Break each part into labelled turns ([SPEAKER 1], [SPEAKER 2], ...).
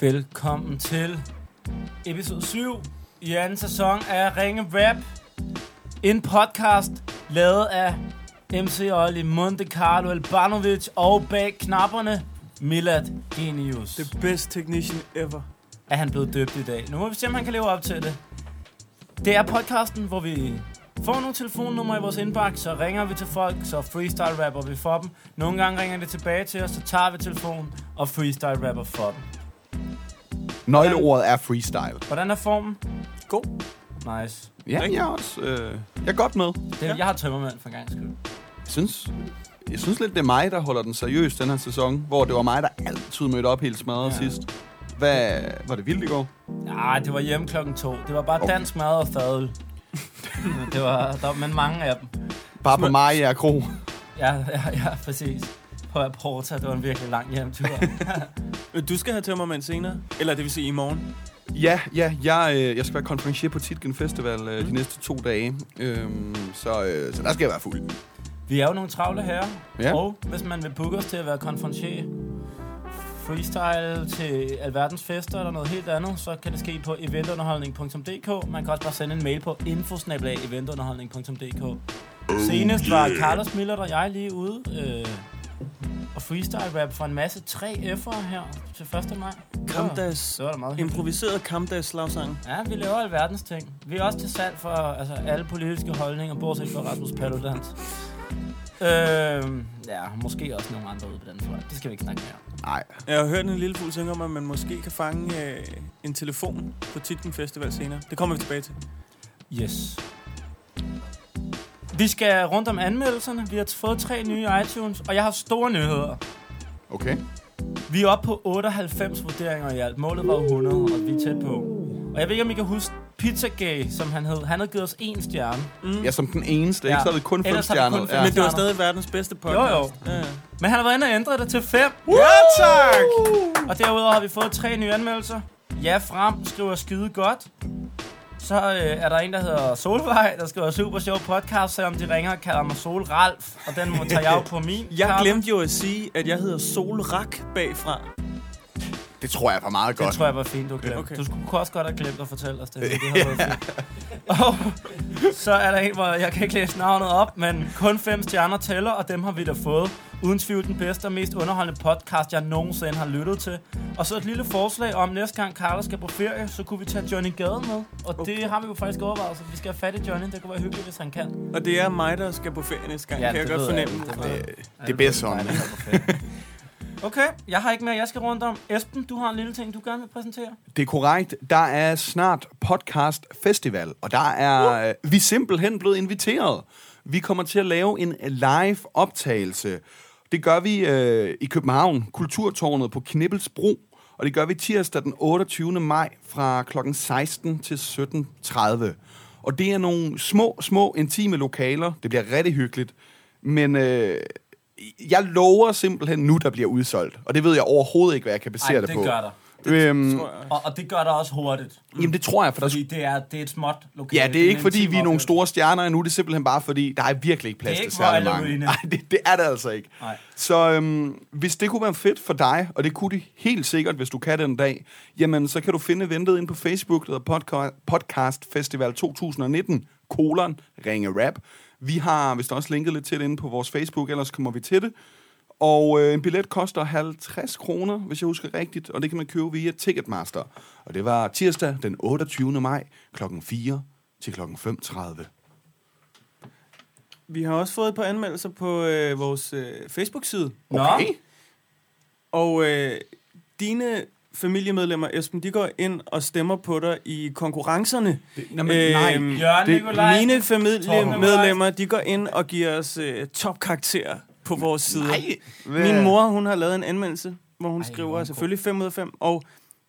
[SPEAKER 1] Velkommen til episode 7 i anden sæson af Ringe Rap. En podcast lavet af MC Olli, Monte Carlo Albanovic og bag knapperne Milad Genius.
[SPEAKER 2] The best technician ever.
[SPEAKER 1] Er han blevet døbt i dag? Nu må vi se, om han kan leve op til det. Det er podcasten, hvor vi får nogle telefonnumre i vores indbakke, så ringer vi til folk, så freestyle rapper vi for dem. Nogle gange ringer det tilbage til os, så tager vi telefonen og freestyle rapper for dem.
[SPEAKER 3] Nøgleordet er freestyle.
[SPEAKER 1] Hvordan er formen?
[SPEAKER 2] God.
[SPEAKER 1] Nice.
[SPEAKER 3] Ja,
[SPEAKER 2] Ikke?
[SPEAKER 3] jeg er også. Øh, jeg er godt med.
[SPEAKER 1] Det,
[SPEAKER 2] Ja.
[SPEAKER 1] Jeg har tømmermænd for en gang skyld.
[SPEAKER 3] Jeg synes, jeg synes lidt, det er mig, der holder den seriøs den her sæson, hvor det var mig, der altid mødte op helt smadret
[SPEAKER 1] Ja.
[SPEAKER 3] ja. sidst. Hvad, var det vildt i går?
[SPEAKER 1] Nej, det var hjemme klokken to. Det var bare
[SPEAKER 3] Okay.
[SPEAKER 1] dansk mad og fadøl. det var, der, men mange af dem.
[SPEAKER 3] Bare på
[SPEAKER 2] Smø-
[SPEAKER 3] Maja Kro.
[SPEAKER 1] Ja, ja, ja præcis. På Porta, det var en virkelig lang hjemtur.
[SPEAKER 2] Men Du skal have tømmermand senere. Eller det vil sige i morgen.
[SPEAKER 3] Ja, ja, jeg, øh, jeg skal være konferencier på Titgen Festival øh, de næste to dage. Øhm, så, øh, så der skal jeg være fuld.
[SPEAKER 1] Vi er jo nogle travle herrer.
[SPEAKER 3] Ja.
[SPEAKER 1] Og hvis man vil booke os til at være konferencier, freestyle til alverdens fester eller noget helt andet, så kan det ske på eventunderholdning.dk. Man kan også bare sende en mail på infosnabelag.eventunderholdning.dk. Senest var Carlos Miller og jeg lige ude øh, og freestyle rap for en masse 3F'ere her til 1. maj.
[SPEAKER 2] Kampdags.
[SPEAKER 1] Så var det meget hyggeligt.
[SPEAKER 2] Improviseret kampdags slagsang.
[SPEAKER 1] Ja, vi laver alverdens ting. Vi er også til salg for altså, alle politiske holdninger, bortset fra Rasmus Paludans. Øh, ja, måske også nogle andre ude på den fløj. Det skal vi ikke snakke mere om.
[SPEAKER 3] Nej,
[SPEAKER 2] Jeg har hørt en lille fugl synge om, at man måske kan fange øh, en telefon på Titken Festival senere. Det kommer vi tilbage til.
[SPEAKER 1] Yes. Vi skal rundt om anmeldelserne. Vi har fået tre nye iTunes, og jeg har store nyheder.
[SPEAKER 3] okay.
[SPEAKER 1] Vi er oppe på 98 vurderinger i alt. Målet var jo 100, og vi er tæt på. Og jeg ved ikke, om I kan huske Pizzagay, som han hed. Han havde givet os en stjerne.
[SPEAKER 2] Mm.
[SPEAKER 3] Ja, som den eneste,
[SPEAKER 1] Ja.
[SPEAKER 3] ikke? Så er det kun fem
[SPEAKER 1] Ellers har vi kun
[SPEAKER 3] stjerner.
[SPEAKER 1] fem.
[SPEAKER 3] Ja.
[SPEAKER 2] Men det var stadig verdens bedste podcast.
[SPEAKER 1] Jo,
[SPEAKER 2] jo. Ja, ja.
[SPEAKER 1] Men han har været inde og ændret det til 5.
[SPEAKER 3] ja, tak!
[SPEAKER 1] Og derudover har vi fået tre nye anmeldelser. Ja frem skriver skide godt. Så øh, er der en, der hedder Solvej, der skriver super sjov podcast, selvom de ringer og kalder mig Sol Ralf. Og den må tage jeg jo på min.
[SPEAKER 2] Jeg
[SPEAKER 1] kappe.
[SPEAKER 2] glemte jo at sige, at jeg hedder Solrak bagfra.
[SPEAKER 3] Det tror jeg var meget
[SPEAKER 1] Det
[SPEAKER 3] godt.
[SPEAKER 1] tror jeg var fint, du glemte. Okay.
[SPEAKER 2] Okay.
[SPEAKER 1] Du skulle kunne også godt have glemt at fortælle os det. men det havde været fint. og så er der en, hvor jeg kan ikke læse navnet op, men kun fem stjerner tæller, og dem har vi da fået. Uden tvivl den bedste og mest underholdende podcast, jeg nogensinde har lyttet til. Og så et lille forslag om, næste gang Carlos skal på ferie, så kunne vi tage Johnny Gade med. Og okay. det har vi jo faktisk overvejet, så vi skal have fat i Johnny. Det kunne være hyggeligt, hvis han kan.
[SPEAKER 2] Og det er mig, der skal på ferie næste gang, ja, kan jeg godt
[SPEAKER 1] ved
[SPEAKER 2] fornemme.
[SPEAKER 1] Det,
[SPEAKER 2] Ja,
[SPEAKER 1] ved jeg.
[SPEAKER 3] Det er bedst sådan.
[SPEAKER 1] Okay, jeg har ikke mere, jeg skal rundt om. Esben, du har en lille ting, du gerne vil præsentere.
[SPEAKER 3] Det er korrekt. Der er snart podcast festival, og der er uh. vi er simpelthen blevet inviteret. Vi kommer til at lave en live optagelse. Det gør vi øh, i København, Kulturtårnet på Knibbelsbro, og det gør vi tirsdag den 28. maj fra kl. 16 til 17.30. Og det er nogle små, små intime lokaler. Det bliver rigtig hyggeligt. Men øh, jeg lover simpelthen nu, der bliver udsolgt. Og det ved jeg overhovedet ikke, hvad jeg kan basere
[SPEAKER 1] Ej,
[SPEAKER 3] det
[SPEAKER 1] det
[SPEAKER 3] på.
[SPEAKER 1] gør der.
[SPEAKER 3] Øhm,
[SPEAKER 2] tror jeg.
[SPEAKER 1] Og, og det gør der også hurtigt. Mm.
[SPEAKER 3] Jamen det tror jeg, for der
[SPEAKER 1] Fordi det er, det er et småt lokale.
[SPEAKER 3] Ja, det er ikke
[SPEAKER 1] en
[SPEAKER 3] fordi,
[SPEAKER 1] intim
[SPEAKER 3] vi er nogle
[SPEAKER 1] oplevelse.
[SPEAKER 3] store stjerner endnu. Det er simpelthen bare fordi, der er virkelig ikke plads
[SPEAKER 1] Det er
[SPEAKER 3] til
[SPEAKER 1] ikke
[SPEAKER 3] særlig
[SPEAKER 1] Royal
[SPEAKER 3] mange.
[SPEAKER 1] Arena.
[SPEAKER 3] Nej, det, det er det altså ikke.
[SPEAKER 1] Nej.
[SPEAKER 3] Så øhm, hvis det kunne være fedt for dig, og det kunne det helt sikkert, hvis du kan den dag, jamen så kan du finde ventet ind på Facebook, der hedder podca- Podcast Festival 2019, kolon, ringe rap. Vi har vist også linket lidt til det inde på vores Facebook, ellers kommer vi til det. Og øh, en billet koster 50 kroner, hvis jeg husker rigtigt, og det kan man købe via Ticketmaster. Og det var tirsdag den 28. maj kl. 4 til kl. 5.30.
[SPEAKER 2] Vi har også fået et par anmeldelser på øh, vores øh, Facebook-side.
[SPEAKER 1] Nå.
[SPEAKER 3] Okay?
[SPEAKER 2] Og øh, dine familiemedlemmer, Esben, de går ind og stemmer på dig i konkurrencerne.
[SPEAKER 3] Det- Nå, men nej.
[SPEAKER 2] Øhm,
[SPEAKER 1] Jørgen
[SPEAKER 3] Det-
[SPEAKER 1] Nikolaj.
[SPEAKER 2] Mine
[SPEAKER 1] Torben
[SPEAKER 2] familiemedlemmer, de går ind og giver os øh, topkarakterer på vores side.
[SPEAKER 3] Hvad-
[SPEAKER 2] Min mor, hun har lavet en anmeldelse, hvor hun
[SPEAKER 1] Ej,
[SPEAKER 2] Ej,
[SPEAKER 1] hvor er
[SPEAKER 2] skriver
[SPEAKER 1] hun
[SPEAKER 2] selvfølgelig 5 ud af 5, og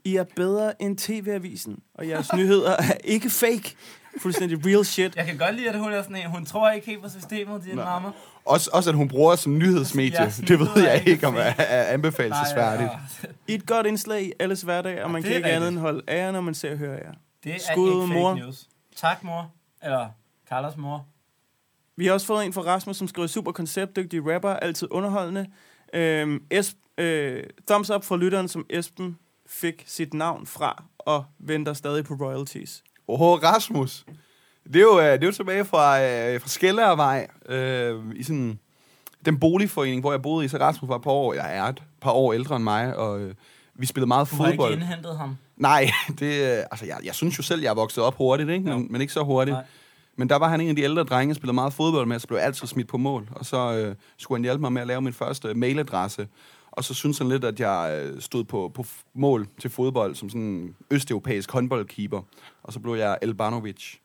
[SPEAKER 2] I er bedre end TV-avisen, og jeres nyheder er ikke fake. Fuldstændig real shit.
[SPEAKER 1] Jeg kan godt lide, at hun er sådan en. Hun tror ikke helt på systemet, din
[SPEAKER 3] Nej.
[SPEAKER 1] mamma.
[SPEAKER 3] Også, også at hun bruger os som nyhedsmedie.
[SPEAKER 1] Ja,
[SPEAKER 3] Ja,
[SPEAKER 1] sådan
[SPEAKER 3] det ved
[SPEAKER 1] lyder
[SPEAKER 3] jeg
[SPEAKER 1] ikke
[SPEAKER 3] ikke, om er,
[SPEAKER 1] fedt.
[SPEAKER 3] er anbefalesværdigt.
[SPEAKER 1] Nej,
[SPEAKER 2] I et godt indslag i alles hverdag, og man
[SPEAKER 1] det
[SPEAKER 2] kan
[SPEAKER 1] er
[SPEAKER 2] ikke andet
[SPEAKER 1] rigtigt.
[SPEAKER 2] end holde af jer, når man ser og hører jer.
[SPEAKER 1] Det er
[SPEAKER 2] Skud
[SPEAKER 1] ikke fake
[SPEAKER 2] mor.
[SPEAKER 1] news. Tak, mor. Eller Carlos mor.
[SPEAKER 2] Vi har også fået en fra Rasmus, som skriver super konceptdygtig rapper, altid underholdende. Øhm, es, øh, thumbs up fra lytteren, som Esben fik sit navn fra og venter stadig på royalties.
[SPEAKER 3] Åh, Rasmus. Det er jo, øh, det er jo tilbage fra, øh, fra Skellervej, øh, i sådan den boligforening, hvor jeg boede i, så Rasmus var et par år, jeg er et par år ældre end mig, og øh, vi spillede meget
[SPEAKER 1] Du har ikke
[SPEAKER 3] fodbold.
[SPEAKER 1] indhentet ham.
[SPEAKER 3] Nej, det, øh, altså jeg, jeg synes jo selv, jeg er vokset op hurtigt, ikke? Men,
[SPEAKER 1] Jo.
[SPEAKER 3] men ikke så hurtigt.
[SPEAKER 1] Nej.
[SPEAKER 3] Nej. Men der var han en af de ældre drenge, jeg spillede meget fodbold med, så blev jeg altid smidt på mål. Og så øh, skulle han hjælpe mig med at lave min første øh, mailadresse. Og så synes han lidt, at jeg øh, stod på, på f- mål til fodbold som sådan en østeuropæisk håndboldkeeper. Og så blev jeg Elbanovic.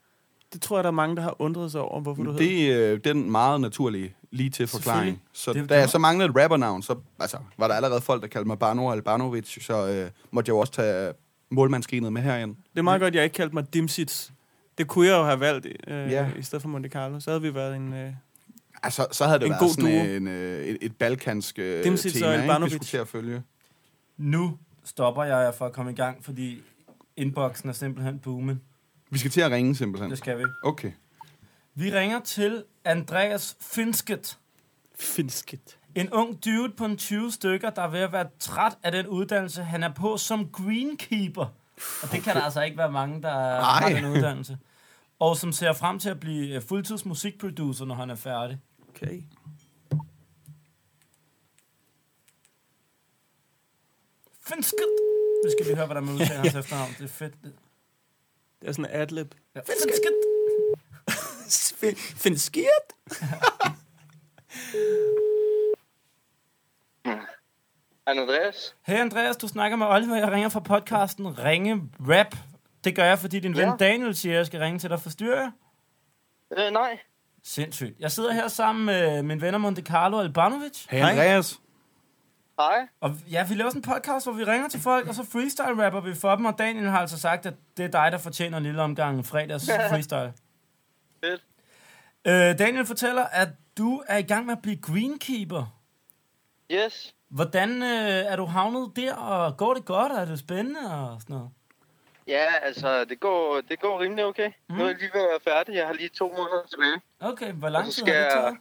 [SPEAKER 2] Det tror jeg, der er mange, der har undret sig over, hvorfor du hedder.
[SPEAKER 3] Det er øh, den meget naturlige lige til forklaring. Så
[SPEAKER 1] Det-
[SPEAKER 3] det, da
[SPEAKER 1] det
[SPEAKER 3] jeg
[SPEAKER 1] var-
[SPEAKER 3] så manglede et rappernavn, så altså, var der allerede folk, der kaldte mig Bano og Albanovic, så øh, måtte jeg jo også tage øh, målmandsgenet med herind.
[SPEAKER 2] Det er meget godt, jeg ikke kaldte mig Dimsits. Det kunne jeg jo have valgt øh,
[SPEAKER 3] Ja.
[SPEAKER 2] i stedet for Monte Carlo. Så havde vi været en... Øh,
[SPEAKER 3] Altså, så havde det
[SPEAKER 2] En
[SPEAKER 3] en
[SPEAKER 2] god
[SPEAKER 3] været
[SPEAKER 2] duo.
[SPEAKER 3] sådan en, øh, et, et balkansk øh,
[SPEAKER 2] Dem
[SPEAKER 3] tema,
[SPEAKER 2] sit så
[SPEAKER 3] ikke, vi
[SPEAKER 2] Albanovic.
[SPEAKER 3] skulle til at følge.
[SPEAKER 1] Nu stopper jeg jer for at komme i gang, fordi inboxen er simpelthen boomen.
[SPEAKER 3] Vi skal til at ringe
[SPEAKER 1] Det
[SPEAKER 3] simpelthen.
[SPEAKER 1] skal vi.
[SPEAKER 3] Okay.
[SPEAKER 1] Vi ringer til Andreas Finsket.
[SPEAKER 2] Finsket.
[SPEAKER 1] En ung dude på en 20 stykker, der er ved at være træt af den uddannelse, han er på som greenkeeper. Og det kan der altså ikke være mange, der Ej. har
[SPEAKER 3] Ej.
[SPEAKER 1] den uddannelse. Og som ser frem til at blive øh, fuldtids musikproducer, når han er færdig.
[SPEAKER 2] Okay.
[SPEAKER 1] Finsket! Nu skal vi høre, hvordan man udtaler hans efternavn. Det er fedt.
[SPEAKER 2] Det er sådan en adlib.
[SPEAKER 1] Ja. Finsket!
[SPEAKER 2] Finsket?
[SPEAKER 4] Hej Andreas.
[SPEAKER 1] Hej Andreas, du snakker med Oliver. Jeg ringer fra podcasten Ringe Rap. Det gør jeg, fordi din ja.
[SPEAKER 4] Ja.
[SPEAKER 1] ven Daniel siger, at jeg skal ringe til dig. Forstyrrer jeg?
[SPEAKER 4] Øh, nej.
[SPEAKER 1] Sindssygt. Jeg sidder her sammen med min venner Monte Carlo Albanovic.
[SPEAKER 3] Hey
[SPEAKER 2] Hej.
[SPEAKER 3] Andreas.
[SPEAKER 4] Hej.
[SPEAKER 1] Og ja, vi laver sådan en podcast, hvor vi ringer til folk, og så freestyle-rapper vi for dem. Og Daniel har altså sagt, at det er dig, der fortjener en lille omgang fredags freestyle.
[SPEAKER 4] Fedt.
[SPEAKER 1] Øh, Daniel fortæller, at du er i gang med at blive greenkeeper.
[SPEAKER 4] Yes.
[SPEAKER 1] Hvordan øh, er du havnet der, og går det godt, og er det spændende og sådan noget?
[SPEAKER 4] Ja, altså, det går, det går rimelig okay. Mm. Nu er jeg lige ved at være færdig. Jeg har lige to måneder tilbage.
[SPEAKER 1] Okay, hvor lang
[SPEAKER 4] Og så
[SPEAKER 1] tid har det
[SPEAKER 4] skal jeg-
[SPEAKER 1] taget?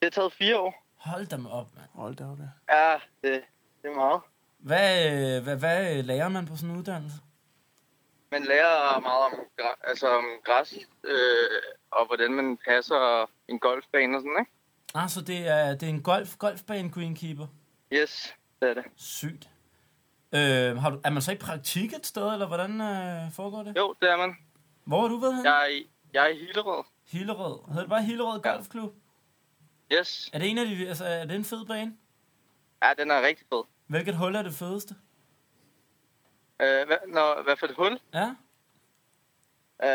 [SPEAKER 4] Det har taget fire år.
[SPEAKER 1] Hold da med op, mand.
[SPEAKER 2] Hold da op, ja.
[SPEAKER 4] Ja, det, det er meget.
[SPEAKER 1] Hvad, øh, hvad, hvad øh, lærer man på sådan en uddannelse?
[SPEAKER 4] Man lærer meget om, gra- altså, om græs, øh, og hvordan man passer en golfbane og sådan,
[SPEAKER 1] Ah, så det er, det er en golf, golfbane greenkeeper.
[SPEAKER 4] ikke? Yes, det er det.
[SPEAKER 1] Sygt. Øh, har du, er man så i praktik et sted, eller hvordan øh, foregår det?
[SPEAKER 4] Jo, det er man.
[SPEAKER 1] Hvor har du været henne?
[SPEAKER 4] Jeg er i, jeg er i Hillerød.
[SPEAKER 1] Hillerød. Hedder det bare Hillerød Golfklub?
[SPEAKER 4] Yes.
[SPEAKER 1] Er det en af de, altså, er det en fed bane?
[SPEAKER 4] Ja, den er rigtig fed.
[SPEAKER 1] Hvilket hul er det fedeste?
[SPEAKER 4] Øh, hvad, når, hvad for et hul?
[SPEAKER 1] Ja?
[SPEAKER 4] Øh,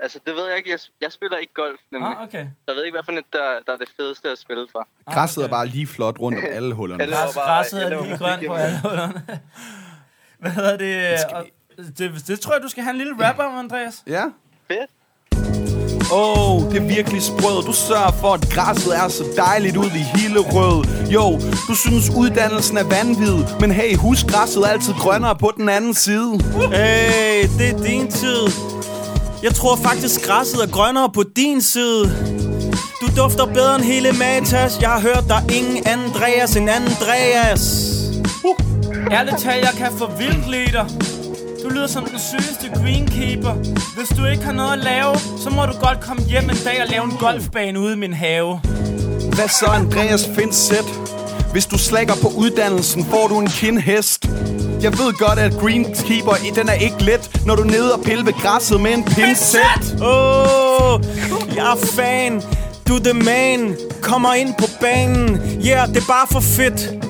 [SPEAKER 4] altså, det ved jeg ikke. Jeg, jeg spiller ikke golf, nemlig.
[SPEAKER 1] Ah, okay.
[SPEAKER 4] Jeg ved ikke, hvad for et, der, der er det fedeste at spille for.
[SPEAKER 1] Ah,
[SPEAKER 3] Græsset er
[SPEAKER 1] okay.
[SPEAKER 3] bare lige flot rundt om alle hullerne.
[SPEAKER 4] Alle-
[SPEAKER 1] Græs,
[SPEAKER 4] var bare-
[SPEAKER 1] græsset
[SPEAKER 4] det
[SPEAKER 1] er
[SPEAKER 4] var
[SPEAKER 1] lige
[SPEAKER 4] bare
[SPEAKER 1] grønt på
[SPEAKER 4] igennem.
[SPEAKER 1] alle hullerne. Hvad hedder det? Og, det, det tror jeg, du skal have en lille rap om, Andreas.
[SPEAKER 3] Ja.
[SPEAKER 4] Fedt.
[SPEAKER 3] Åh, oh, det er virkelig sprød. Du sørger for, at græsset er så dejligt ud i Hillerød. Jo, du synes uddannelsen er vanvid, men hey, husk græsset er altid grønnere på den anden side.
[SPEAKER 2] Hey, det er din tid. Jeg tror faktisk, græsset er grønnere på din side. Du dufter bedre end hele Matas. Jeg har hørt, der er ingen Andreas end Andreas.
[SPEAKER 3] Uh.
[SPEAKER 1] Ærligt talt, jeg kan få vildt leder. Du lyder som den sygeste greenkeeper. Hvis du ikke har noget at lave, så må du godt komme hjem en dag og lave en golfbane ude i min have.
[SPEAKER 3] Hvad så, Andreas Finset? Hvis du slækker på uddannelsen, får du en kindhest. Jeg ved godt, at greenkeeper, den er ikke let, når du er nede og pille ved græsset med en pincet.
[SPEAKER 2] Åh, oh, jeg er fan. Du er the man. Kommer ind på banen. Yeah, det er bare for fedt.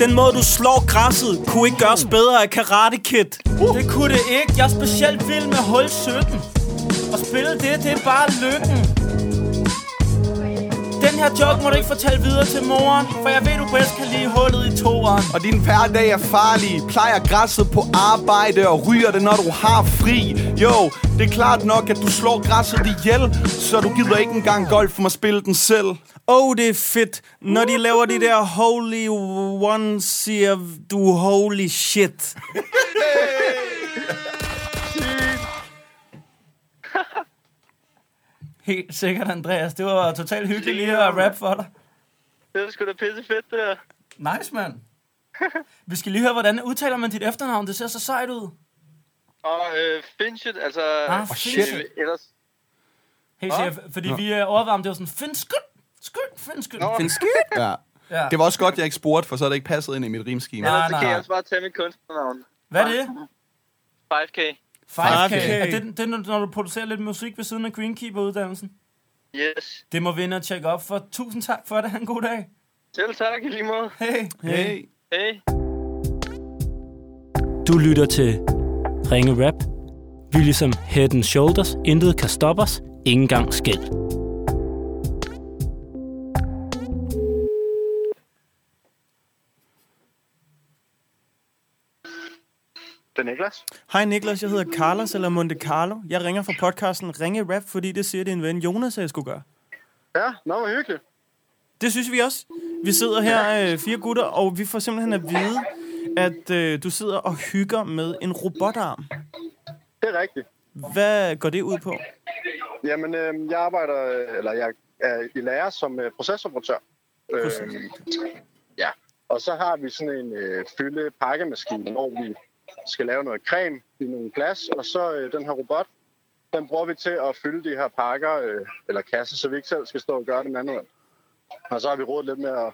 [SPEAKER 2] Den måde, du slår græsset, kunne ikke gøres bedre af Karate Kid.
[SPEAKER 3] Uh.
[SPEAKER 1] Det kunne det ikke. Jeg er specielt vild med hul 17. Og spille det, det er bare lykken. Den her joke må du ikke fortælle videre til moren, for jeg ved, du bedst kan lide hullet i toeren.
[SPEAKER 3] Og din hverdag er farlig Plejer græsset på arbejde Og ryger det, når du har fri Jo, det er klart nok, at du slår græsset ihjel Så du gider ikke engang golf for at spille den selv
[SPEAKER 2] Oh, det er fedt, når de laver de der holy one, siger du holy shit.
[SPEAKER 1] Helt sikkert, Andreas. Det var totalt hyggeligt lige at rap for dig.
[SPEAKER 4] Det er sgu da pisse fedt, det der.
[SPEAKER 1] Nice, mand. Vi skal lige høre, hvordan udtaler man dit efternavn? Det ser så sejt ud.
[SPEAKER 5] Og øh, Finchet, altså...
[SPEAKER 1] Ah,
[SPEAKER 5] øh,
[SPEAKER 1] Finchet.
[SPEAKER 5] Ellers...
[SPEAKER 1] Hey,
[SPEAKER 5] Hva?
[SPEAKER 1] chef, fordi vi øh, overvarmede, det var sådan, find skyld, skyld, find skyld.
[SPEAKER 5] Nå,
[SPEAKER 2] Find skid.
[SPEAKER 3] Ja.
[SPEAKER 1] Ja.
[SPEAKER 3] Det var også godt, jeg ikke spurgte, for så havde det ikke passet ind i mit rimskema.
[SPEAKER 1] Nej,
[SPEAKER 5] ellers så kan
[SPEAKER 1] nej.
[SPEAKER 5] jeg også bare tage mit kunstnernavn.
[SPEAKER 1] Hvad er det?
[SPEAKER 5] 5K.
[SPEAKER 1] 5K.
[SPEAKER 2] 5K.
[SPEAKER 1] Er det, det er, når du producerer lidt musik ved siden af Greenkeeper-uddannelsen.
[SPEAKER 5] Yes.
[SPEAKER 1] Det må vi ind og tjekke op for. Tusind tak for det. Ha' en god dag.
[SPEAKER 5] Selv tak i lige måde.
[SPEAKER 1] Hey.
[SPEAKER 3] Hey.
[SPEAKER 5] Hej.
[SPEAKER 6] Du lytter til Ringe Rap. Vi er ligesom Head and Shoulders. Intet kan stoppe os. Ingen gang skæld.
[SPEAKER 5] Det er Niklas.
[SPEAKER 2] Hej Niklas, jeg hedder Carlos eller Monte Carlo. Jeg ringer fra podcasten Ringe Rap, fordi det siger din ven Jonas, at jeg skulle gøre.
[SPEAKER 5] Ja, nå, hvor hyggeligt.
[SPEAKER 2] Det synes vi også. Vi sidder her, øh, fire gutter, og vi får simpelthen at vide, at øh, du sidder og hygger med en robotarm.
[SPEAKER 4] Det er rigtigt.
[SPEAKER 2] Hvad går det ud på?
[SPEAKER 4] Jamen, øh, jeg arbejder, øh, eller jeg er i lærer som øh, procesoperatør. Øh, ja. Og så har vi sådan en øh, fylde pakkemaskine, hvor vi skal lave noget creme i nogle glas, og så øh, den her robot, den bruger vi til at fylde de her pakker, øh, eller kasser, så vi ikke selv skal stå og gøre det manuelt. Og så har vi rådet lidt med at,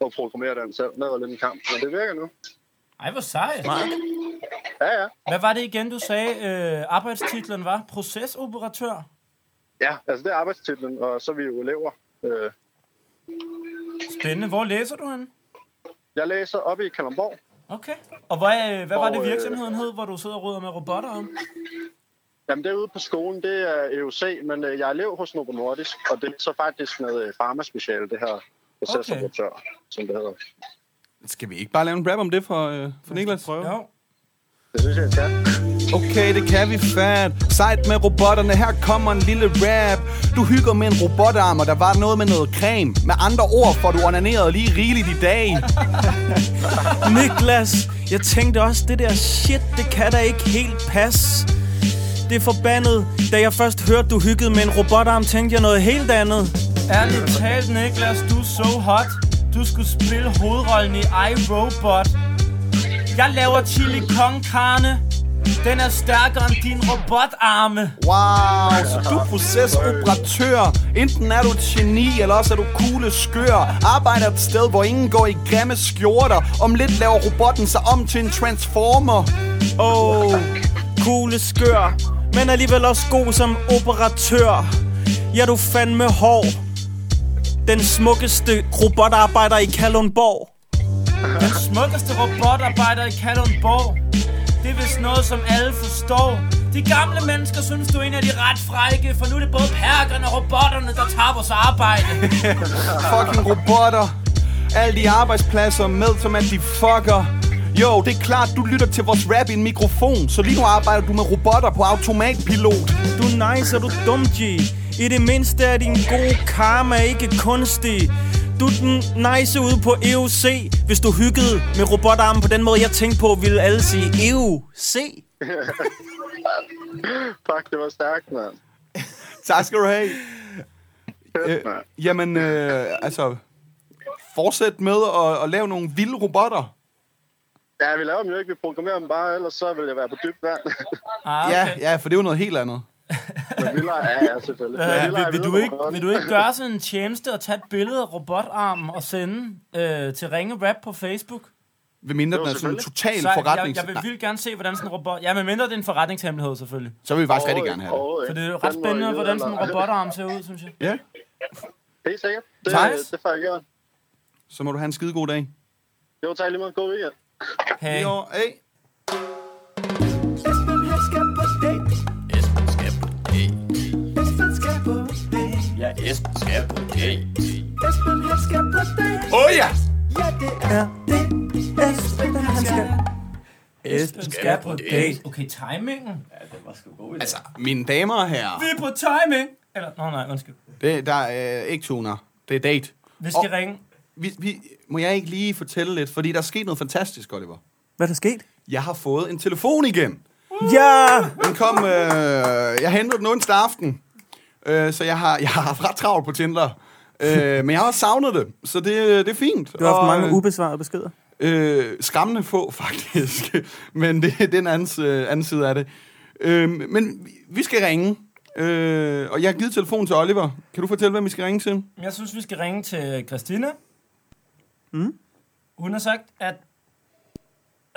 [SPEAKER 4] at programmere den selv. Det var lidt en kamp, men det virker nu.
[SPEAKER 1] Ej, hvor sejt.
[SPEAKER 4] Ja, ja.
[SPEAKER 1] Hvad var det igen, du sagde, øh, arbejdstitlen var? Procesoperatør?
[SPEAKER 4] Ja, altså det er arbejdstitlen, og så er vi jo elever. Øh,
[SPEAKER 1] Spændende. Hvor læser du henne?
[SPEAKER 4] jeg læser op i Kalundborg.
[SPEAKER 1] Okay. Og hvad, øh, hvad var
[SPEAKER 4] Og,
[SPEAKER 1] det
[SPEAKER 4] øh,
[SPEAKER 1] virksomheden hed, hvor du sidder og ruder med robotter om?
[SPEAKER 4] Jamen, det er ude på skolen, det er EUC, men øh, jeg er elev hos Novo Nordisk, og det er så faktisk med øh, farmaspeciale, det her procesoperatør, okay. som det hedder.
[SPEAKER 3] Skal vi ikke bare lave en rap om det for, øh, for Niklas?
[SPEAKER 1] Jo.
[SPEAKER 4] Det synes jeg, jeg
[SPEAKER 3] Okay, det kan vi fat. Sejt med robotterne, her kommer en lille rap. Du hygger med en robotarm, og der var noget med noget creme. Med andre ord får du onaneret lige rigeligt i dag.
[SPEAKER 2] Niklas, jeg tænkte også, det der shit, det kan da ikke helt passe. Det er forbandet. Da jeg først hørte, du hyggede med en robotarm, tænkte jeg noget helt andet.
[SPEAKER 1] Ærligt talt, Niklas, du er so hot. Du skulle spille hovedrollen i iRobot. Jeg laver chili con carne. Den er stærkere end din robotarme.
[SPEAKER 3] Wow, så du er procesoperatør. Enten er du et geni, eller også er du kugle skør. Arbejder et sted, hvor ingen går i grimme skjorter. Om lidt laver robotten sig om til en transformer.
[SPEAKER 2] Åh, oh, kugle skør, men alligevel også god som operatør. Ja, du fandme hård. Den smukkeste robotarbejder i Kalundborg.
[SPEAKER 1] Den smukkeste robotarbejder i Kalundborg. Det er vist noget, som alle forstår. De gamle mennesker synes, du er en af de ret frække, for nu er det både perkerne og robotterne, der tager vores arbejde.
[SPEAKER 3] fucking robotter Alle de arbejdspladser med, som at de fucker Jo, det er klart, du lytter til vores rap i en mikrofon Så lige nu arbejder du med robotter på automatpilot
[SPEAKER 2] Du er nice, og du er dum, G. I det mindste er din gode karma ikke kunstig. Du er den nice ude på EUC. Hvis du hyggede med robotarmen på den måde, jeg tænkte på, ville alle sige E EUC.
[SPEAKER 4] Fuck, det var stærkt, mand.
[SPEAKER 3] Tak skal du have øh,
[SPEAKER 4] Fedt, mand.
[SPEAKER 3] Jamen, øh, altså Fortsæt med at, at lave nogle vilde robotter
[SPEAKER 4] Ja, vi laver dem jo ikke, vi programmerer dem bare, ellers så vil jeg være på dybt vand.
[SPEAKER 1] Ah,
[SPEAKER 3] Ja, ja, for det er jo noget helt andet
[SPEAKER 4] men vi leger, ja, ja, selvfølgelig. Men vi
[SPEAKER 1] Ja,
[SPEAKER 4] leger
[SPEAKER 1] vil, vil,
[SPEAKER 4] videre
[SPEAKER 1] du ikke,
[SPEAKER 4] på den.
[SPEAKER 1] vil du ikke gøre sådan en tjeneste og tage et billede af robotarmen og sende øh, til Ringe Rap på Facebook?
[SPEAKER 3] Ved mindre
[SPEAKER 4] Jo,
[SPEAKER 3] den er sådan en
[SPEAKER 4] selvfølgelig.
[SPEAKER 3] total
[SPEAKER 1] Så jeg, jeg,
[SPEAKER 3] forretning
[SPEAKER 1] jeg vil
[SPEAKER 3] Nej,
[SPEAKER 1] vildt gerne se, hvordan sådan en robot... Ja, men mindre det er en forretningshemmelighed, selvfølgelig.
[SPEAKER 3] Så vil vi faktisk rigtig gerne
[SPEAKER 4] Overhovedet ikke,
[SPEAKER 3] have det
[SPEAKER 4] overhovedet
[SPEAKER 1] For
[SPEAKER 4] ikke.
[SPEAKER 1] det er jo ret
[SPEAKER 4] Den må I
[SPEAKER 1] spændende,
[SPEAKER 4] vide,
[SPEAKER 1] hvordan sådan en
[SPEAKER 4] eller-
[SPEAKER 1] robotarm ser ud, synes jeg.
[SPEAKER 3] Ja,
[SPEAKER 4] Helt sikkert. Det,
[SPEAKER 1] Tak.
[SPEAKER 4] det får jeg gjort.
[SPEAKER 3] så må du have en skide god dag
[SPEAKER 4] Jo, tak lige måde. God weekend.
[SPEAKER 1] Hey.
[SPEAKER 3] Jo, hey.
[SPEAKER 1] Esben skal på date. Okay, timingen.
[SPEAKER 3] Altså, mine damer og herrer
[SPEAKER 1] Vi er på timing! Eller, nå nej, undskyld.
[SPEAKER 3] det, Der er øh, ikke tuner Det er date
[SPEAKER 1] Vi skal
[SPEAKER 3] Og-
[SPEAKER 1] ringe.
[SPEAKER 3] vi, vi, må jeg ikke lige fortælle lidt? Fordi der er sket noget fantastisk, Oliver.
[SPEAKER 2] Hvad er der sket?
[SPEAKER 3] Jeg har fået en telefon igen.
[SPEAKER 2] Ja!
[SPEAKER 3] Den kom, øh, jeg hentede den onsdag aften. Øh, så jeg har, jeg har haft ret travlt på Tinder. Øh, men jeg har også savnet det, så det, det er fint.
[SPEAKER 2] Du har haft
[SPEAKER 3] Og,
[SPEAKER 2] mange
[SPEAKER 3] øh,
[SPEAKER 2] ubesvarede beskeder.
[SPEAKER 3] Øh, skræmmende få, faktisk. Men det, det er en anden, øh, anden side af det. Øh, men vi- vi skal ringe. Øh, og jeg har givet telefonen til Oliver. Kan du fortælle, hvem vi skal ringe til?
[SPEAKER 1] Jeg synes, vi skal ringe til Christina. Mm.
[SPEAKER 3] Mm?
[SPEAKER 1] Hun har sagt, at...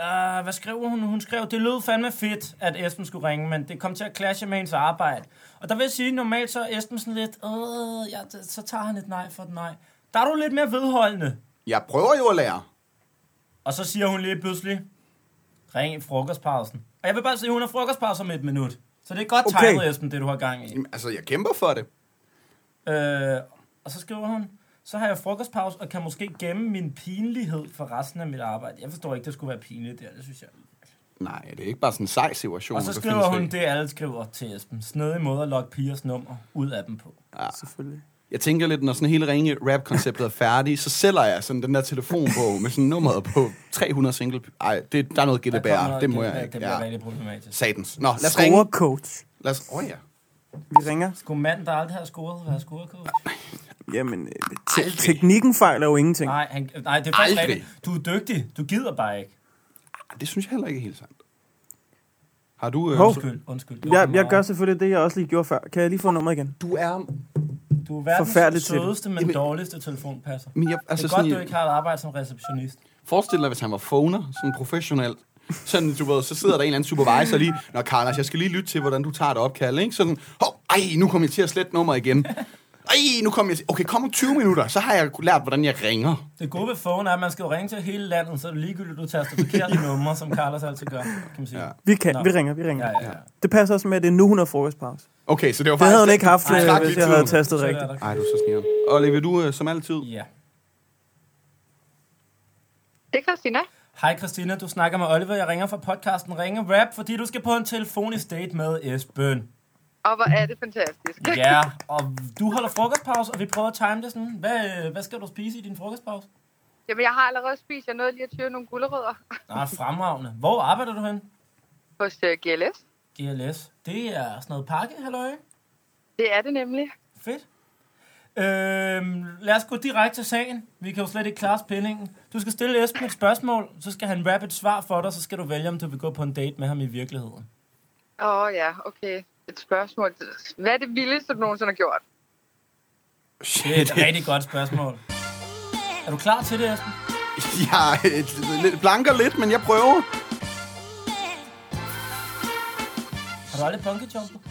[SPEAKER 1] Uh, hvad skrev hun? Hun skrev, det lød fandme fedt, at Esben skulle ringe, men det kom til at clashe med hendes arbejde. Og der vil jeg sige, normalt så er Esben sådan lidt, øh, ja, det- så tager han et nej for et nej. Der er du lidt mere vedholdende.
[SPEAKER 3] Jeg prøver jo at lære.
[SPEAKER 1] Og så siger hun lige pludselig, ring i frokostpausen. Og jeg vil bare sige, at hun har frokostpause om et minut. Så det er godt okay.
[SPEAKER 2] Okay.
[SPEAKER 1] tegnet, Esben, det du har gang i.
[SPEAKER 3] Jamen, altså, jeg kæmper for det.
[SPEAKER 1] Øh, og så skriver hun, så har jeg frokostpause og kan måske gemme min pinlighed for resten af mit arbejde. Jeg forstår ikke, det skulle være pinligt der, det synes jeg.
[SPEAKER 3] Nej, det er ikke bare sådan en sej situation.
[SPEAKER 1] Og så
[SPEAKER 3] der
[SPEAKER 1] skriver
[SPEAKER 3] findes
[SPEAKER 1] hun
[SPEAKER 3] ikke.
[SPEAKER 1] det, alle skriver til Esben. Snedig måde at lokke pigers nummer ud af dem på.
[SPEAKER 2] Selvfølgelig.
[SPEAKER 3] Jeg tænker lidt, når sådan hele ringe rap-konceptet er færdigt, så sælger jeg sådan den der telefonbog med sådan nummeret på 300 single... Ej, det, der er noget
[SPEAKER 1] Der kommer
[SPEAKER 3] GDPR.
[SPEAKER 1] noget
[SPEAKER 3] Det må
[SPEAKER 1] gæld bag,
[SPEAKER 3] jeg
[SPEAKER 1] Det
[SPEAKER 3] ikke.
[SPEAKER 1] bliver
[SPEAKER 3] Ja.
[SPEAKER 1] rigtig problematisk.
[SPEAKER 3] Satans. Nå, lad os ringe.
[SPEAKER 2] Scorecoach.
[SPEAKER 3] Lad os... Åh oh, ja.
[SPEAKER 2] Vi ringer.
[SPEAKER 1] Skulle manden, der aldrig har scoret, være scorecoach?
[SPEAKER 2] Jamen, øh, te- teknikken fejler jo ingenting.
[SPEAKER 1] Nej, han, nej, det er faktisk
[SPEAKER 3] Aldrig. Ah,
[SPEAKER 1] rigtigt. Du er dygtig. Du gider bare ikke.
[SPEAKER 3] Det synes jeg heller ikke er helt sandt. Har du... Øh,
[SPEAKER 2] Hov.
[SPEAKER 1] Undskyld, undskyld. Det var for
[SPEAKER 2] Jeg, jeg
[SPEAKER 1] meget.
[SPEAKER 2] gør selvfølgelig det, jeg også lige gjorde før. Kan jeg lige få nummeret igen?
[SPEAKER 3] Du er...
[SPEAKER 1] Du er verdens
[SPEAKER 2] forfærdeligt til det.
[SPEAKER 1] sødeste, men
[SPEAKER 3] Jamen-
[SPEAKER 1] dårligste telefonpasser.
[SPEAKER 3] Men jeg,
[SPEAKER 1] Det
[SPEAKER 3] altså
[SPEAKER 1] er
[SPEAKER 3] sådan,
[SPEAKER 1] godt, du ikke har et arbejde som receptionist.
[SPEAKER 3] Forestil dig, hvis han var phoner, sådan professionel. Sådan, du ved, så sidder der en eller anden supervisor lige, Nå, Carlos, jeg skal lige lytte til, hvordan du tager det opkald, ikke? Sådan, hov, ej, nu kommer jeg til at slette nummer igen. Ej, nu kommer jeg til... Okay, kom om 20 minutter, så har jeg lært, hvordan jeg ringer.
[SPEAKER 1] Det gode ved phone er, at man skal jo ringe til hele landet, så er det ligegyldigt, at du taster forkerte numre, som Carlos altid gør, kan man sige.
[SPEAKER 3] Ja.
[SPEAKER 1] Ja,
[SPEAKER 2] Vi kan.
[SPEAKER 1] Nå.
[SPEAKER 2] Vi ringer, vi ringer.
[SPEAKER 1] ja, ja. ja.
[SPEAKER 2] Det passer også med, at det er nu, hun har frokostpause.
[SPEAKER 3] Okay, så det var
[SPEAKER 2] Det
[SPEAKER 3] faktisk...
[SPEAKER 2] havde hun ikke haft,
[SPEAKER 1] Ej,
[SPEAKER 2] øh,
[SPEAKER 1] tak,
[SPEAKER 2] hvis
[SPEAKER 3] lige
[SPEAKER 2] jeg havde
[SPEAKER 3] tiden.
[SPEAKER 2] tastet
[SPEAKER 1] Så er
[SPEAKER 2] rigtigt.
[SPEAKER 1] der-
[SPEAKER 3] Ej, du er så snigeren. Og vil du øh, som altid?
[SPEAKER 1] Ja.
[SPEAKER 7] Det er Christina.
[SPEAKER 1] Hej Christina, du snakker med Oliver. Jeg ringer fra podcasten Ringe Rap, fordi du skal på en telefonisk date med Esben.
[SPEAKER 7] Og hvor er det fantastisk.
[SPEAKER 1] Ja, og du holder frokostpause, og vi prøver at time det sådan. Hvad, øh, hvad skal du spise i din frokostpause?
[SPEAKER 7] Jamen, jeg har allerede spist. Jeg nåede lige at tyre nogle gulerødder
[SPEAKER 1] Nej, fremragende. Hvor arbejder du hen?
[SPEAKER 7] hos øh, GLS.
[SPEAKER 1] GLS. Det er sådan noget pakke, halløj.
[SPEAKER 7] Det er det nemlig.
[SPEAKER 1] Fedt. Øhm, lad os gå direkte til sagen. Vi kan jo slet ikke klare spændingen. Du skal stille Esben et spørgsmål, så skal han rappe et svar for dig, så skal du vælge, om du vil gå på en date med ham i virkeligheden.
[SPEAKER 7] Åh oh, ja, okay. Et spørgsmål. Hvad er det vildeste, du nogensinde har gjort?
[SPEAKER 1] Det er et rigtig godt spørgsmål. Er du klar til det, Esben?
[SPEAKER 3] Jeg øh, lidt- blanker lidt, men jeg prøver.
[SPEAKER 1] Har du aldrig bunkerjumpet?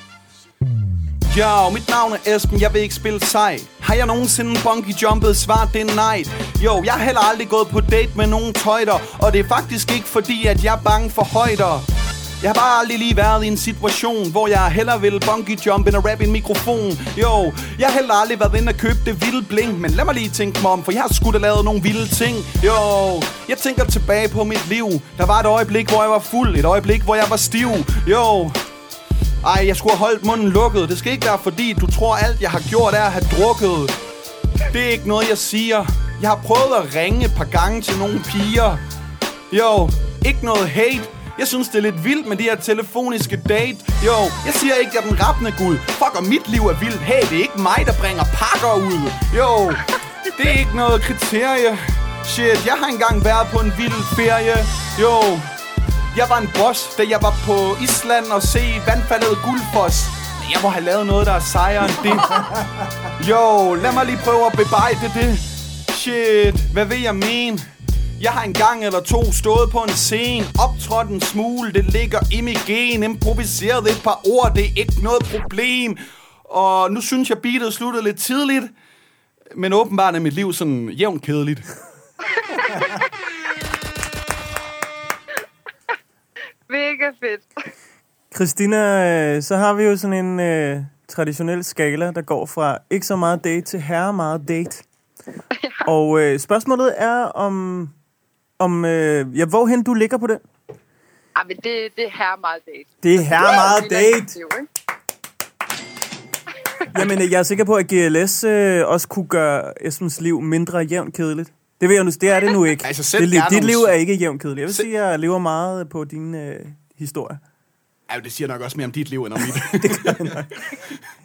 [SPEAKER 3] Jo, mit navn er Esben, jeg vil ikke spille sej. Har jeg nogensinde bungee jumpet? Svar det er nej. Jo, jeg har heller aldrig gået på date med nogen tøjter, og det er faktisk ikke fordi, at jeg er bange for højder. Jeg har bare aldrig lige været i en situation, hvor jeg hellere ville bungee jump end at rappe i en mikrofon. Jo, jeg har heller aldrig været inde og købe det vilde bling, men lad mig lige tænke mig om, for jeg har skudt og lavet nogle vilde ting. Jo, jeg tænker tilbage på mit liv. Der var et øjeblik, hvor jeg var fuld, et øjeblik, hvor jeg var stiv. Jo, ej, jeg skulle have holdt munden lukket. Det skal ikke være fordi, du tror alt, jeg har gjort er at have drukket. Det er ikke noget, jeg siger. Jeg har prøvet at ringe et par gange til nogle piger. Jo, ikke noget hate. Jeg synes, det er lidt vildt med de her telefoniske date. Jo, jeg siger ikke, jeg er den rappende gud. Fuck, og mit liv er vildt. Hey, det er ikke mig, der bringer pakker ud. Jo, det er ikke noget kriterie. Shit, jeg har engang været på en vild ferie. Jo, jeg var en boss, da jeg var på Island og se vandfaldet Guldfoss. Men jeg må have lavet noget, der er sejere end det. Jo, lad mig lige prøve at bebrejde det. Shit, hvad vil jeg mene? Jeg har en gang eller to stået på en scene, optrådt en smule, det ligger i mit gen, improviseret et par ord, det er ikke noget problem. Og nu synes jeg, beatet sluttede lidt tidligt, men åbenbart er mit liv sådan jævnt kedeligt.
[SPEAKER 7] Mega fedt.
[SPEAKER 2] Christina, øh, så har vi jo sådan en øh, traditionel skala, der går fra ikke så meget date til herre meget date. Og øh, spørgsmålet er om, om øh, ja, hvorhen du ligger på det.
[SPEAKER 7] Ej, Ah, men det, det er her meget date.
[SPEAKER 2] Det er herre meget
[SPEAKER 7] Det er et
[SPEAKER 2] date.
[SPEAKER 7] liv, ikke?
[SPEAKER 2] Jamen, øh, jeg er sikker på, at GLS øh, også kunne gøre Esbens liv mindre jævnt kedeligt. Det ved jeg nu, det er det nu ikke.
[SPEAKER 3] Altså, selv
[SPEAKER 2] det, liv,
[SPEAKER 3] er
[SPEAKER 2] dit
[SPEAKER 3] nogle-
[SPEAKER 2] liv er ikke jævnt kedeligt. Jeg vil
[SPEAKER 3] Selv-
[SPEAKER 2] sige, at jeg lever meget på dine øh, historier.
[SPEAKER 3] Ja, det siger nok også mere om dit liv end om mit.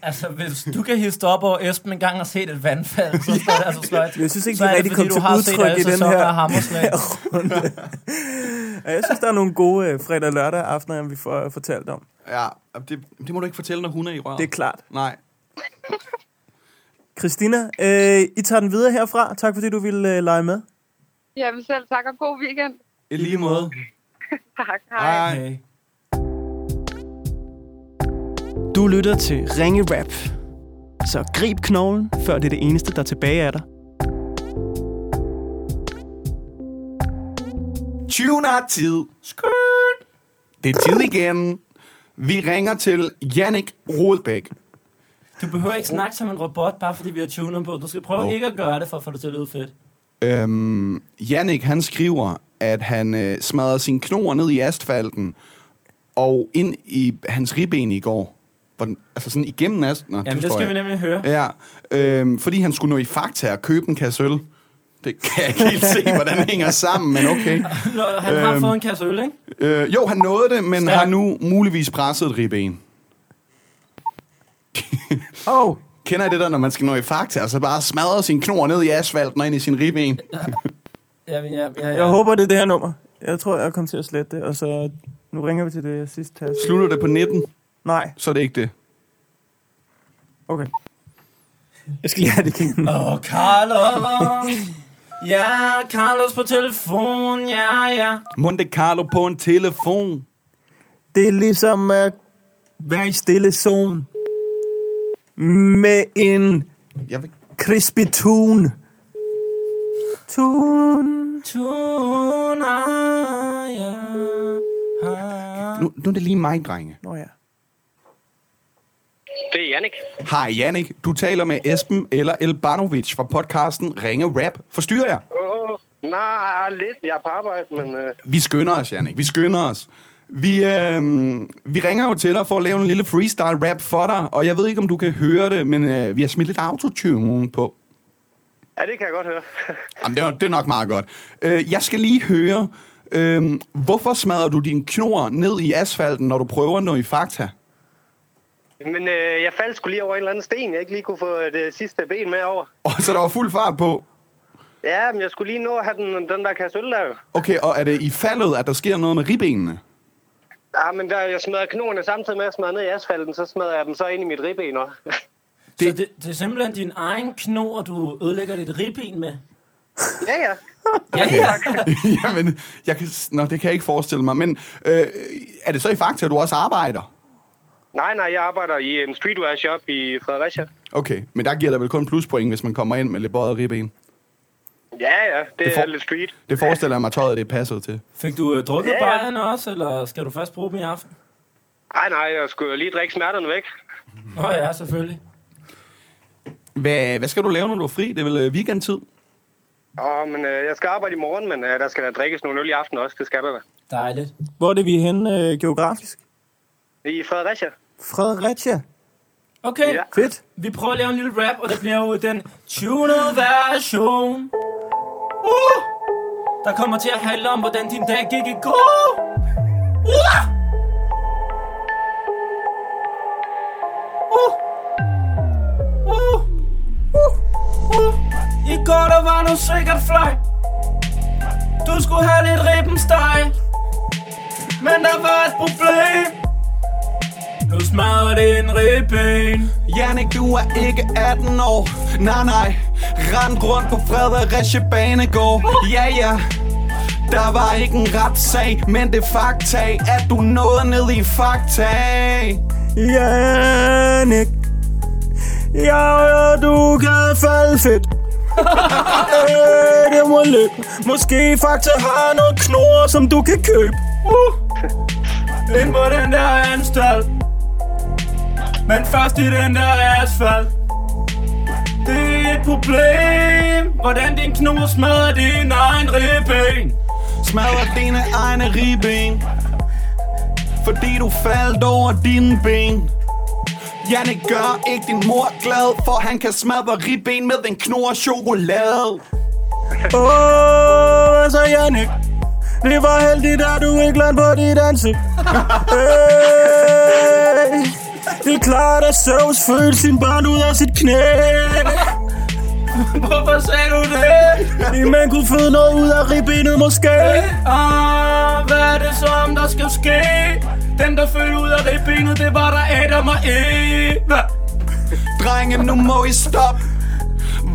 [SPEAKER 1] Altså, hvis du kan hisse op over Esben en gang og set et vandfald, så står det altså sløjt.
[SPEAKER 2] Jeg synes ikke,
[SPEAKER 1] så
[SPEAKER 2] de
[SPEAKER 1] er
[SPEAKER 2] rigtig
[SPEAKER 1] det, fordi
[SPEAKER 2] kom til
[SPEAKER 1] du har set
[SPEAKER 2] udtryk
[SPEAKER 1] alle
[SPEAKER 2] i den
[SPEAKER 1] sæsoner
[SPEAKER 2] her-
[SPEAKER 1] af Hammerslag.
[SPEAKER 2] runde. Ja, jeg synes, der er nogle gode øh, fredag-lørdag aftener, vi får øh, fortalt om.
[SPEAKER 3] ja, jamen, det, det må du ikke fortælle, når hun er i røret.
[SPEAKER 2] Det er klart.
[SPEAKER 3] Nej.
[SPEAKER 2] Christina, øh, I tager den videre herfra. Tak fordi du ville øh, lege med.
[SPEAKER 7] Ja, vi selv tak, og god weekend.
[SPEAKER 3] I lige måde.
[SPEAKER 7] Tak, hej.
[SPEAKER 3] Hej.
[SPEAKER 1] Okay.
[SPEAKER 2] Du lytter til Ringe Rap. Så grib knoglen, før det er det eneste, der er tilbage af dig.
[SPEAKER 3] Tuner tid. Skyt. Det er tid igen. Vi ringer til Jannik Rodbæk.
[SPEAKER 1] Du behøver ikke snakke som en robot, bare fordi vi har tunet på. Du skal prøve
[SPEAKER 3] Jo.
[SPEAKER 1] ikke at gøre det, for at få det til at lyde fedt.
[SPEAKER 3] Øhm, Jannik, han skriver, at han øh, smadrede sin knor ned i asfalten og ind i hans ribben i går. Hvordan, altså sådan igennem asfalten. Nå,
[SPEAKER 1] Jamen, det
[SPEAKER 3] forstår
[SPEAKER 1] skal
[SPEAKER 3] jeg.
[SPEAKER 1] vi nemlig høre.
[SPEAKER 3] Ja, øhm, fordi han skulle nå i Fakta og købe en kasse øl. Det kan jeg ikke helt se, hvordan det hænger sammen, men okay.
[SPEAKER 1] Nå, Han har
[SPEAKER 3] Øhm.
[SPEAKER 1] fået en kasse øl, ikke?
[SPEAKER 3] Øh, jo, han nåede det, men
[SPEAKER 1] Stærk.
[SPEAKER 3] har nu muligvis presset et ribben.
[SPEAKER 2] Oh,
[SPEAKER 3] Kender I det der, når man skal nå i Fakta, og så bare smadrer sin knor ned i asfalten og ind i sin ribben?
[SPEAKER 1] Ja, ja, ja,
[SPEAKER 2] jeg
[SPEAKER 1] ja.
[SPEAKER 2] håber, det er det her nummer. Jeg tror, jeg kommer til at slette det, og så... Nu ringer vi til det sidste task.
[SPEAKER 3] Slutter det på 19,
[SPEAKER 2] Nej,
[SPEAKER 3] så er det ikke det.
[SPEAKER 2] okay. Jeg skal lige have det igen.
[SPEAKER 1] Åh, oh, Carlos. Ja, Carlos på telefon, ja, ja.
[SPEAKER 3] Monte Carlo på en telefon.
[SPEAKER 2] Det er ligesom at være i stille zone. Med en
[SPEAKER 3] Jeg vil...
[SPEAKER 2] crispy tune. Tune.
[SPEAKER 1] Tuna, ah, ja.
[SPEAKER 3] nu, nu er det lige mig, drenge.
[SPEAKER 2] Nå ja.
[SPEAKER 5] Det er Jannik.
[SPEAKER 3] Hej, Jannik. Du taler med Esben eller Elbanovic fra podcasten Ringe Rap. Forstyrrer jeg?
[SPEAKER 8] Åh, nej, lidt. Jeg er på arbejde, men øh,
[SPEAKER 3] Vi skynder os, Jannik. Vi skynder os. Vi, øh, vi ringer jo til dig for at lave en lille freestyle rap for dig, og jeg ved ikke, om du kan høre det, men øh, vi har smidt lidt autotune på.
[SPEAKER 8] ja, det kan jeg godt høre.
[SPEAKER 3] Jamen, det er, det er nok meget godt. Øh, jeg skal lige høre, øh, hvorfor smadrer du din knor ned i asfalten, når du prøver at nå i fakta?
[SPEAKER 5] Men øh, jeg faldt skulle lige over en eller anden sten, jeg ikke lige kunne få øh, det sidste ben med over.
[SPEAKER 3] Og så der var fuld fart på.
[SPEAKER 5] Ja, men jeg skulle lige nå at have den, den der kasse øl der. jo.
[SPEAKER 3] Okay, og er det i faldet, at der sker noget med ribbenene?
[SPEAKER 5] Ja, men der, jeg smadrer knoerne samtidig med at jeg smadrer ned i asfalten, så smadrer jeg dem så ind i mit ribben også.
[SPEAKER 1] Det... Så det, det er simpelthen din egen knor, du ødelægger dit ribben med.
[SPEAKER 5] ja, ja.
[SPEAKER 1] Ja, ja.
[SPEAKER 3] Jamen, jeg kan, nå, det kan jeg ikke forestille mig. Men øh, er det så i fakta, at du også arbejder?
[SPEAKER 5] Nej, nej, jeg arbejder i en streetwear shop i Fredericia.
[SPEAKER 3] Okay, men der giver der vel kun pluspoint, hvis man kommer ind med lidt bøjet ribben.
[SPEAKER 5] Ja, ja, det,
[SPEAKER 3] Det
[SPEAKER 5] det
[SPEAKER 3] får-
[SPEAKER 5] er lidt street.
[SPEAKER 3] Det forestiller jeg mig, tøjet det er passet til.
[SPEAKER 1] Fik du øh, drukket
[SPEAKER 5] Ja, ja.
[SPEAKER 1] bajerne også, eller skal du først bruge dem i aften?
[SPEAKER 5] Nej, nej, jeg skulle jo lige drikke smerterne væk.
[SPEAKER 1] Nå ja, selvfølgelig.
[SPEAKER 3] Hvad, hvad skal du lave, når du er fri? Det er vel øh, weekendtid?
[SPEAKER 5] Åh, men øh, jeg skal arbejde i morgen, men øh, der skal da drikkes nogle øl i aften også, det skal der da.
[SPEAKER 1] Dejligt.
[SPEAKER 2] Hvor er det, vi er henne øh, geografisk?
[SPEAKER 5] I Fredericia.
[SPEAKER 2] Fredericia.
[SPEAKER 1] Okay, ja.
[SPEAKER 5] Ja.
[SPEAKER 2] Fedt.
[SPEAKER 1] vi prøver at lave en lille rap, og det bliver jo den tunede version. Uh! Der kommer til at handle om, hvordan din dag gik i går. Uh! Uh! Uh! Uh! Uh! I går der var nu sikkert fløj. Du skulle have lidt ribbensteg. Men der var et problem. Nu smadrer det en ribben.
[SPEAKER 3] Jannik, du er ikke 18 år Nej, nej Rand rundt på Fredericia Banegård Ja, ja Der var ikke en retssag Men det er fakta At du nåede ned i fakta
[SPEAKER 2] Janik. Ja, ja, du kan falde fedt. Øh, det må løbe. Måske faktisk har noget knor, som du kan købe.
[SPEAKER 1] Uh! Ind på den der anstalt Men først i den der asfalt Det er et problem Hvordan din knor smadrer din egen ribben
[SPEAKER 3] Smadrer dine egne ribben Fordi du faldt over dine ben Jannik gør ikke din mor glad For han kan smadre ribben med en knor chokolade
[SPEAKER 2] Åh, oh, så Janik. Det var heldigt, at du ikke landte på dit ansigt. Øh, Det er klart, at Zeus følte sin barn ud af sit knæ.
[SPEAKER 1] Hvorfor sagde du det?
[SPEAKER 2] Fordi man kunne føde noget ud af ribbenet måske.
[SPEAKER 1] Ah, hvad er det så, om der skal ske? Dem, der følte ud af ribbenet, det var der Adam og Eva.
[SPEAKER 3] Drenge, nu må I stoppe.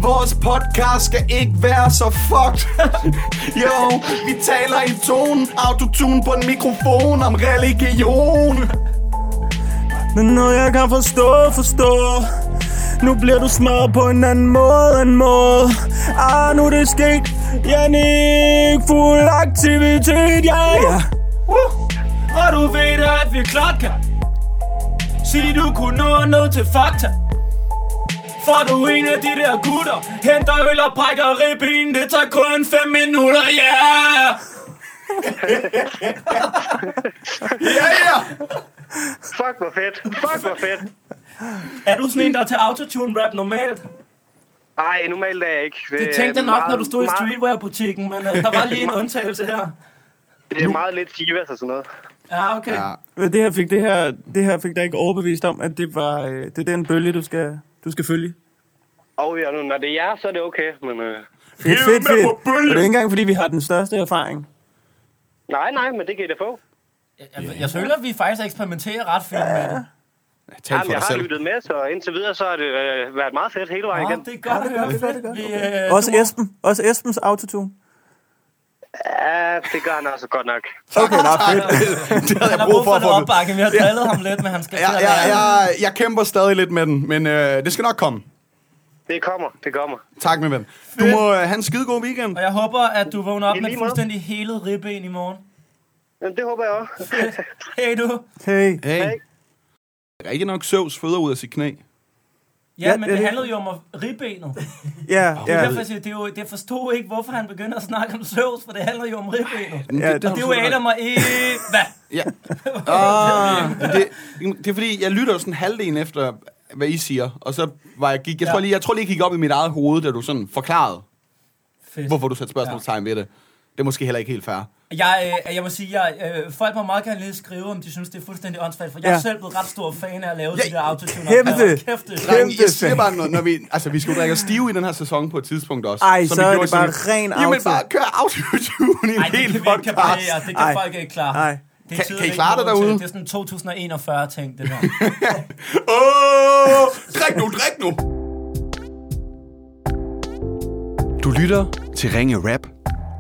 [SPEAKER 3] Vores podcast skal ikke være så fucked. Jo, vi taler i tone. Autotune på en mikrofon om religion.
[SPEAKER 2] Men noget jeg kan forstå, forstå Nu bliver du smadret på en anden måde, en måde Ah, nu er det sket Jannik, fuld aktivitet, ja, ja
[SPEAKER 1] Uh, og du ved da, at vi klart kan Sige du kunne nå ned til fakta For du er en af de der gutter Henter øl og brækker ribben Det tager kun 5 minutter, ja yeah!
[SPEAKER 3] Ja, ja.
[SPEAKER 5] Fuck, hvor fedt. Fuck, hvor fedt.
[SPEAKER 1] Er du sådan en, der er til autotune-rap normalt?
[SPEAKER 5] Ej, normalt er jeg ikke.
[SPEAKER 1] Det tænkte jeg nok, når du stod i streetwear-butikken Men uh, der var lige en undtagelse her
[SPEAKER 5] Det er meget lidt Chivas og sådan noget.
[SPEAKER 1] Ja, okay ja.
[SPEAKER 2] Men det her fik, det her, det her fik dig ikke overbevist om, at det, var, øh, det er den bølge, du skal, du skal følge.
[SPEAKER 5] Og ja, nu, når det er jer, så er det okay, men... Øh...
[SPEAKER 2] Fedt, fedt, fedt. Og det er ikke engang, fordi vi har den største erfaring.
[SPEAKER 5] Nej, nej, men det kan I da få.
[SPEAKER 1] Jeg, jeg føler, at vi faktisk eksperimenterer ret fint med det
[SPEAKER 3] Tal
[SPEAKER 5] Jamen, jeg har lyttet med, så indtil videre, så har det øh, været meget fedt hele vejen
[SPEAKER 1] Ja,
[SPEAKER 5] igennem.
[SPEAKER 1] det er godt at høre.
[SPEAKER 2] godt, det er godt.
[SPEAKER 1] Vi, øh,
[SPEAKER 2] Også Esben. Også Esbens autotune.
[SPEAKER 5] Ja, det gør han altså godt nok.
[SPEAKER 3] Okay, nå, fedt. det havde
[SPEAKER 1] Han
[SPEAKER 3] jeg
[SPEAKER 1] har
[SPEAKER 3] brug for at
[SPEAKER 1] det
[SPEAKER 3] få.
[SPEAKER 1] opbakke. Vi har drillet ham lidt, men han skal
[SPEAKER 3] Ja,
[SPEAKER 1] til at
[SPEAKER 3] ja,
[SPEAKER 1] lære det.
[SPEAKER 3] ja, jeg kæmper stadig lidt med den, men øh, det skal nok komme.
[SPEAKER 5] Det kommer, det kommer.
[SPEAKER 3] Tak, min ven. Du må øh, have en skide god weekend.
[SPEAKER 1] Og jeg håber, at du vågner op
[SPEAKER 5] I
[SPEAKER 1] med et
[SPEAKER 5] lige måde.
[SPEAKER 1] fuldstændig helet ribben i morgen.
[SPEAKER 5] Jamen, det håber jeg også.
[SPEAKER 1] Hey du.
[SPEAKER 2] Hey.
[SPEAKER 3] Hey.
[SPEAKER 5] Hej.
[SPEAKER 3] Rigtig nok søvs fødder ud af sit knæ.
[SPEAKER 1] Ja,
[SPEAKER 2] Ja,
[SPEAKER 1] men
[SPEAKER 2] det er
[SPEAKER 1] det
[SPEAKER 2] det.
[SPEAKER 1] handlede jo om at ribbenet.
[SPEAKER 2] Ja,
[SPEAKER 1] Ja.
[SPEAKER 2] ja.
[SPEAKER 1] Derfor, jeg siger, det er jo, det forstod ikke, hvorfor han begynder at snakke om Zeus, for det handler jo om ribbenet.
[SPEAKER 3] Men
[SPEAKER 2] Ja,
[SPEAKER 3] har
[SPEAKER 1] Det
[SPEAKER 3] du
[SPEAKER 1] er jo
[SPEAKER 3] selvfølgelig
[SPEAKER 1] Adam og Eva.
[SPEAKER 3] Ja. Ah, men det, det er fordi, jeg lytter jo sådan halvdelen efter, hvad I siger. Og så var jeg, gik, jeg,
[SPEAKER 1] Ja.
[SPEAKER 3] tror lige, jeg tror lige, jeg gik op i mit eget hoved, da du sådan forklarede,
[SPEAKER 1] Fedt.
[SPEAKER 3] hvorfor du satte spørgsmålstegn ved det. Det er måske heller ikke helt fair.
[SPEAKER 1] Jeg, øh, jeg må sige, jeg, øh, folk må meget gerne lige skrive, om de synes, det er fuldstændig åndssvagt, for jeg
[SPEAKER 2] Ja.
[SPEAKER 1] er selv blevet ret stor fan af at lave
[SPEAKER 3] Ja,
[SPEAKER 1] de der autotune.
[SPEAKER 2] kæmpe.
[SPEAKER 1] opgaver.
[SPEAKER 3] altså,
[SPEAKER 1] Kæft, det er
[SPEAKER 3] Drenge,
[SPEAKER 2] Kæmpe
[SPEAKER 3] jeg siger
[SPEAKER 2] fan.
[SPEAKER 3] bare, når, når vi, altså, vi skal jo drikke os stive i den her sæson på et tidspunkt også.
[SPEAKER 2] Ej,
[SPEAKER 3] som
[SPEAKER 2] så
[SPEAKER 3] vi
[SPEAKER 2] er
[SPEAKER 3] gjorde
[SPEAKER 2] det
[SPEAKER 3] sådan-
[SPEAKER 2] bare ren
[SPEAKER 3] Jamen
[SPEAKER 2] outfit.
[SPEAKER 3] bare kør autotune i
[SPEAKER 1] Ej,
[SPEAKER 3] en
[SPEAKER 1] det kan
[SPEAKER 3] hel
[SPEAKER 1] vi ikke
[SPEAKER 3] podcast.
[SPEAKER 1] kapere. Det kan
[SPEAKER 2] Ej.
[SPEAKER 1] folk ikke klare.
[SPEAKER 2] Nej.
[SPEAKER 1] Det
[SPEAKER 3] Kan-
[SPEAKER 1] tiden
[SPEAKER 3] kan I
[SPEAKER 1] ikke
[SPEAKER 3] klare det
[SPEAKER 1] moden til.
[SPEAKER 3] derude?
[SPEAKER 1] Det er sådan 2041 ting, det der.
[SPEAKER 3] Åh, drik nu, drik nu.
[SPEAKER 9] Du lytter til Ringe Rap,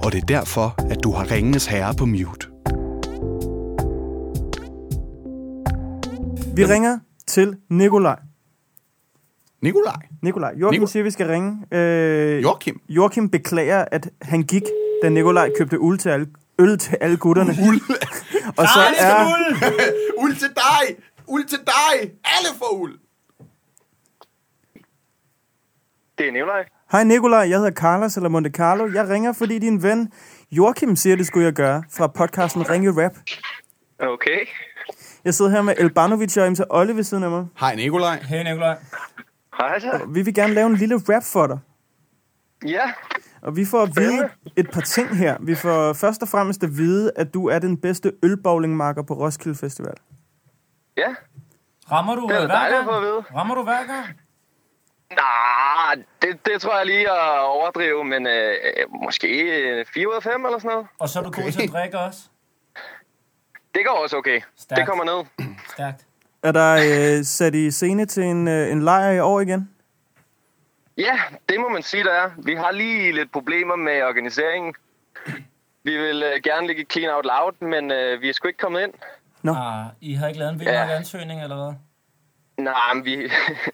[SPEAKER 9] og det er derfor, at du har Ringenes Herre på mute.
[SPEAKER 2] Vi ringer til Nikolaj.
[SPEAKER 3] Nikolaj,
[SPEAKER 2] Nikolaj. Joachim
[SPEAKER 3] Nikol-
[SPEAKER 2] siger, vi skal ringe. Øh,
[SPEAKER 3] Joachim,
[SPEAKER 2] Joachim beklager, at han gik, da Nikolaj købte øl til alle, øl til alle gutterne.
[SPEAKER 3] uld.
[SPEAKER 2] Og så
[SPEAKER 1] Ej,
[SPEAKER 2] er...
[SPEAKER 3] uld til dig. Uld til dig. Alle får uld.
[SPEAKER 5] Det er Nikolaj.
[SPEAKER 2] Hej Nikolaj, jeg hedder Carlos eller Monte Carlo. Jeg ringer, fordi din ven Joachim siger, det skulle jeg gøre fra podcasten Ringe Rap.
[SPEAKER 5] Okay.
[SPEAKER 2] Jeg sidder her med Elbanovic og Imsa Olle ved siden af mig.
[SPEAKER 3] Hej Nikolaj.
[SPEAKER 1] Hey, Nikolaj.
[SPEAKER 5] Hej så.
[SPEAKER 2] Vi vil gerne lave en lille rap for dig.
[SPEAKER 5] Ja,
[SPEAKER 2] Og vi får at vide et par ting her. Vi får først og fremmest at vide, at du er den bedste ølbowlingmarker på Roskilde Festival.
[SPEAKER 5] ja.
[SPEAKER 1] Rammer du
[SPEAKER 5] Det er
[SPEAKER 1] øh,
[SPEAKER 5] da
[SPEAKER 1] hver
[SPEAKER 5] dejligt at
[SPEAKER 1] gang?
[SPEAKER 5] få at vide.
[SPEAKER 1] Rammer du hver gang?
[SPEAKER 5] Nej, det, det tror jeg lige at overdrive, men øh, øh, måske øh, 4 ud af 5 eller sådan noget.
[SPEAKER 1] Og så er du god til at drikke også?
[SPEAKER 5] Det går også okay.
[SPEAKER 1] Stærkt.
[SPEAKER 5] Det kommer ned.
[SPEAKER 1] Stærkt.
[SPEAKER 2] Er der øh, sat i scene til en, øh, en lejr i år igen?
[SPEAKER 5] Ja, det må man sige, der er. Vi har lige lidt problemer med organiseringen. Vi vil øh, gerne ligge clean out loud, men øh, vi er sgu ikke kommet ind.
[SPEAKER 1] Ah, I har ikke lavet en vild
[SPEAKER 5] Ja.
[SPEAKER 1] nok ansøgning, eller hvad?
[SPEAKER 5] Nej, men vi...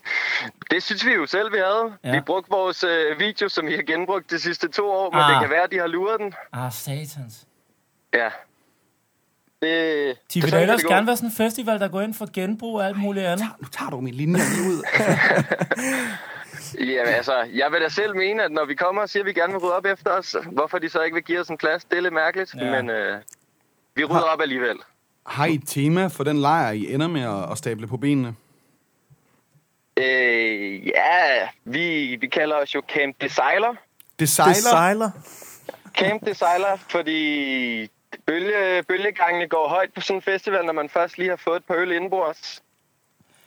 [SPEAKER 5] det synes vi jo selv, vi havde.
[SPEAKER 1] Ja.
[SPEAKER 5] Ja. Vi brugte vores øh, video, som vi har genbrugt de sidste to år, men
[SPEAKER 1] Ah.
[SPEAKER 5] ah. det kan være, at de har luret den.
[SPEAKER 1] Ah, satans.
[SPEAKER 5] Ja. Det,
[SPEAKER 1] De
[SPEAKER 5] det
[SPEAKER 1] vil
[SPEAKER 5] sådan,
[SPEAKER 1] da ellers
[SPEAKER 5] det går.
[SPEAKER 1] gerne være sådan en festival, der går ind for genbrug og alt muligt andet.
[SPEAKER 3] Nu tager du min linje lige ud.
[SPEAKER 5] Jamen altså, jeg vil da selv mene, at når vi kommer og siger, at vi gerne vil rydde op efter os, hvorfor de så ikke vil give os en plads, det er lidt mærkeligt,
[SPEAKER 1] Ja.
[SPEAKER 5] ja. men øh, vi rydder op alligevel.
[SPEAKER 3] Har I et tema for den lejr, I ender med at, at stable på benene?
[SPEAKER 5] Øh, ja, vi, vi kalder os jo Camp Designer.
[SPEAKER 3] Det
[SPEAKER 2] Det
[SPEAKER 3] sejler.
[SPEAKER 2] sejler.
[SPEAKER 5] Camp Designer, fordi bølge, bølgegangene går højt på sådan en festival, når man først lige har fået et par øl indenbords.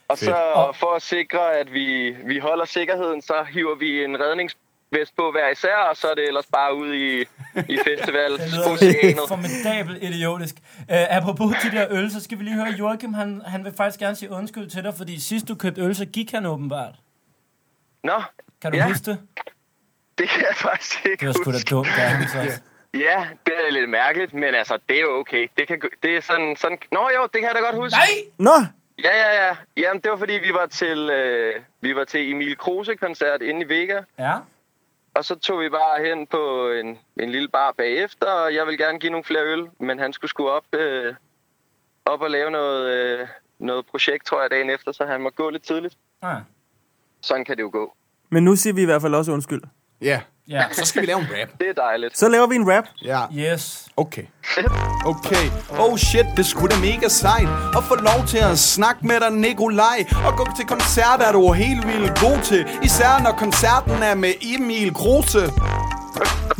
[SPEAKER 5] Og så for at sikre, at vi, vi holder sikkerheden, så hiver vi en redningsvest på hver især, og så er det ellers bare ud i, i
[SPEAKER 1] lyder
[SPEAKER 5] festivalsoceanet.
[SPEAKER 1] formidabel idiotisk. Uh, apropos de der øl, så skal vi lige høre, Joachim, han, han vil faktisk gerne sige undskyld til dig, fordi sidst du købte øl, så gik han åbenbart.
[SPEAKER 5] Nå,
[SPEAKER 1] Kan du
[SPEAKER 5] Ja.
[SPEAKER 1] huske det?
[SPEAKER 5] det kan jeg faktisk ikke
[SPEAKER 1] Det var sgu da
[SPEAKER 5] huske.
[SPEAKER 1] dumt, altså. der han så.
[SPEAKER 5] Ja, det er lidt mærkeligt, men altså, det er jo okay. Det, kan, gå- det er sådan, sådan... Nå jo, det kan jeg da godt huske.
[SPEAKER 1] Nej!
[SPEAKER 2] Nå,
[SPEAKER 5] Ja, ja, ja. Jamen, det var fordi, vi var til, øh, vi var til Emil Kruse-koncert inde i Vega.
[SPEAKER 1] Ja.
[SPEAKER 5] Og så tog vi bare hen på en, en lille bar bagefter, og jeg ville gerne give nogle flere øl, men han skulle sgu op, øh, op og lave noget, øh, noget projekt, tror jeg, dagen efter, så han må gå lidt tidligt.
[SPEAKER 1] Ah,
[SPEAKER 5] Sådan kan det jo gå.
[SPEAKER 2] men nu siger vi i hvert fald også undskyld.
[SPEAKER 3] Ja.
[SPEAKER 1] ja.
[SPEAKER 3] Så skal vi lave en rap.
[SPEAKER 5] Det er dejligt.
[SPEAKER 2] Så laver vi en rap.
[SPEAKER 3] Ja.
[SPEAKER 1] Yes.
[SPEAKER 3] Okay. Okay. Oh shit, det skulle da mega sejt. Og få lov til at snakke med dig, Nikolaj. Og gå til koncerter, er du helt vildt god til. Især når koncerten er med Emil Kruse.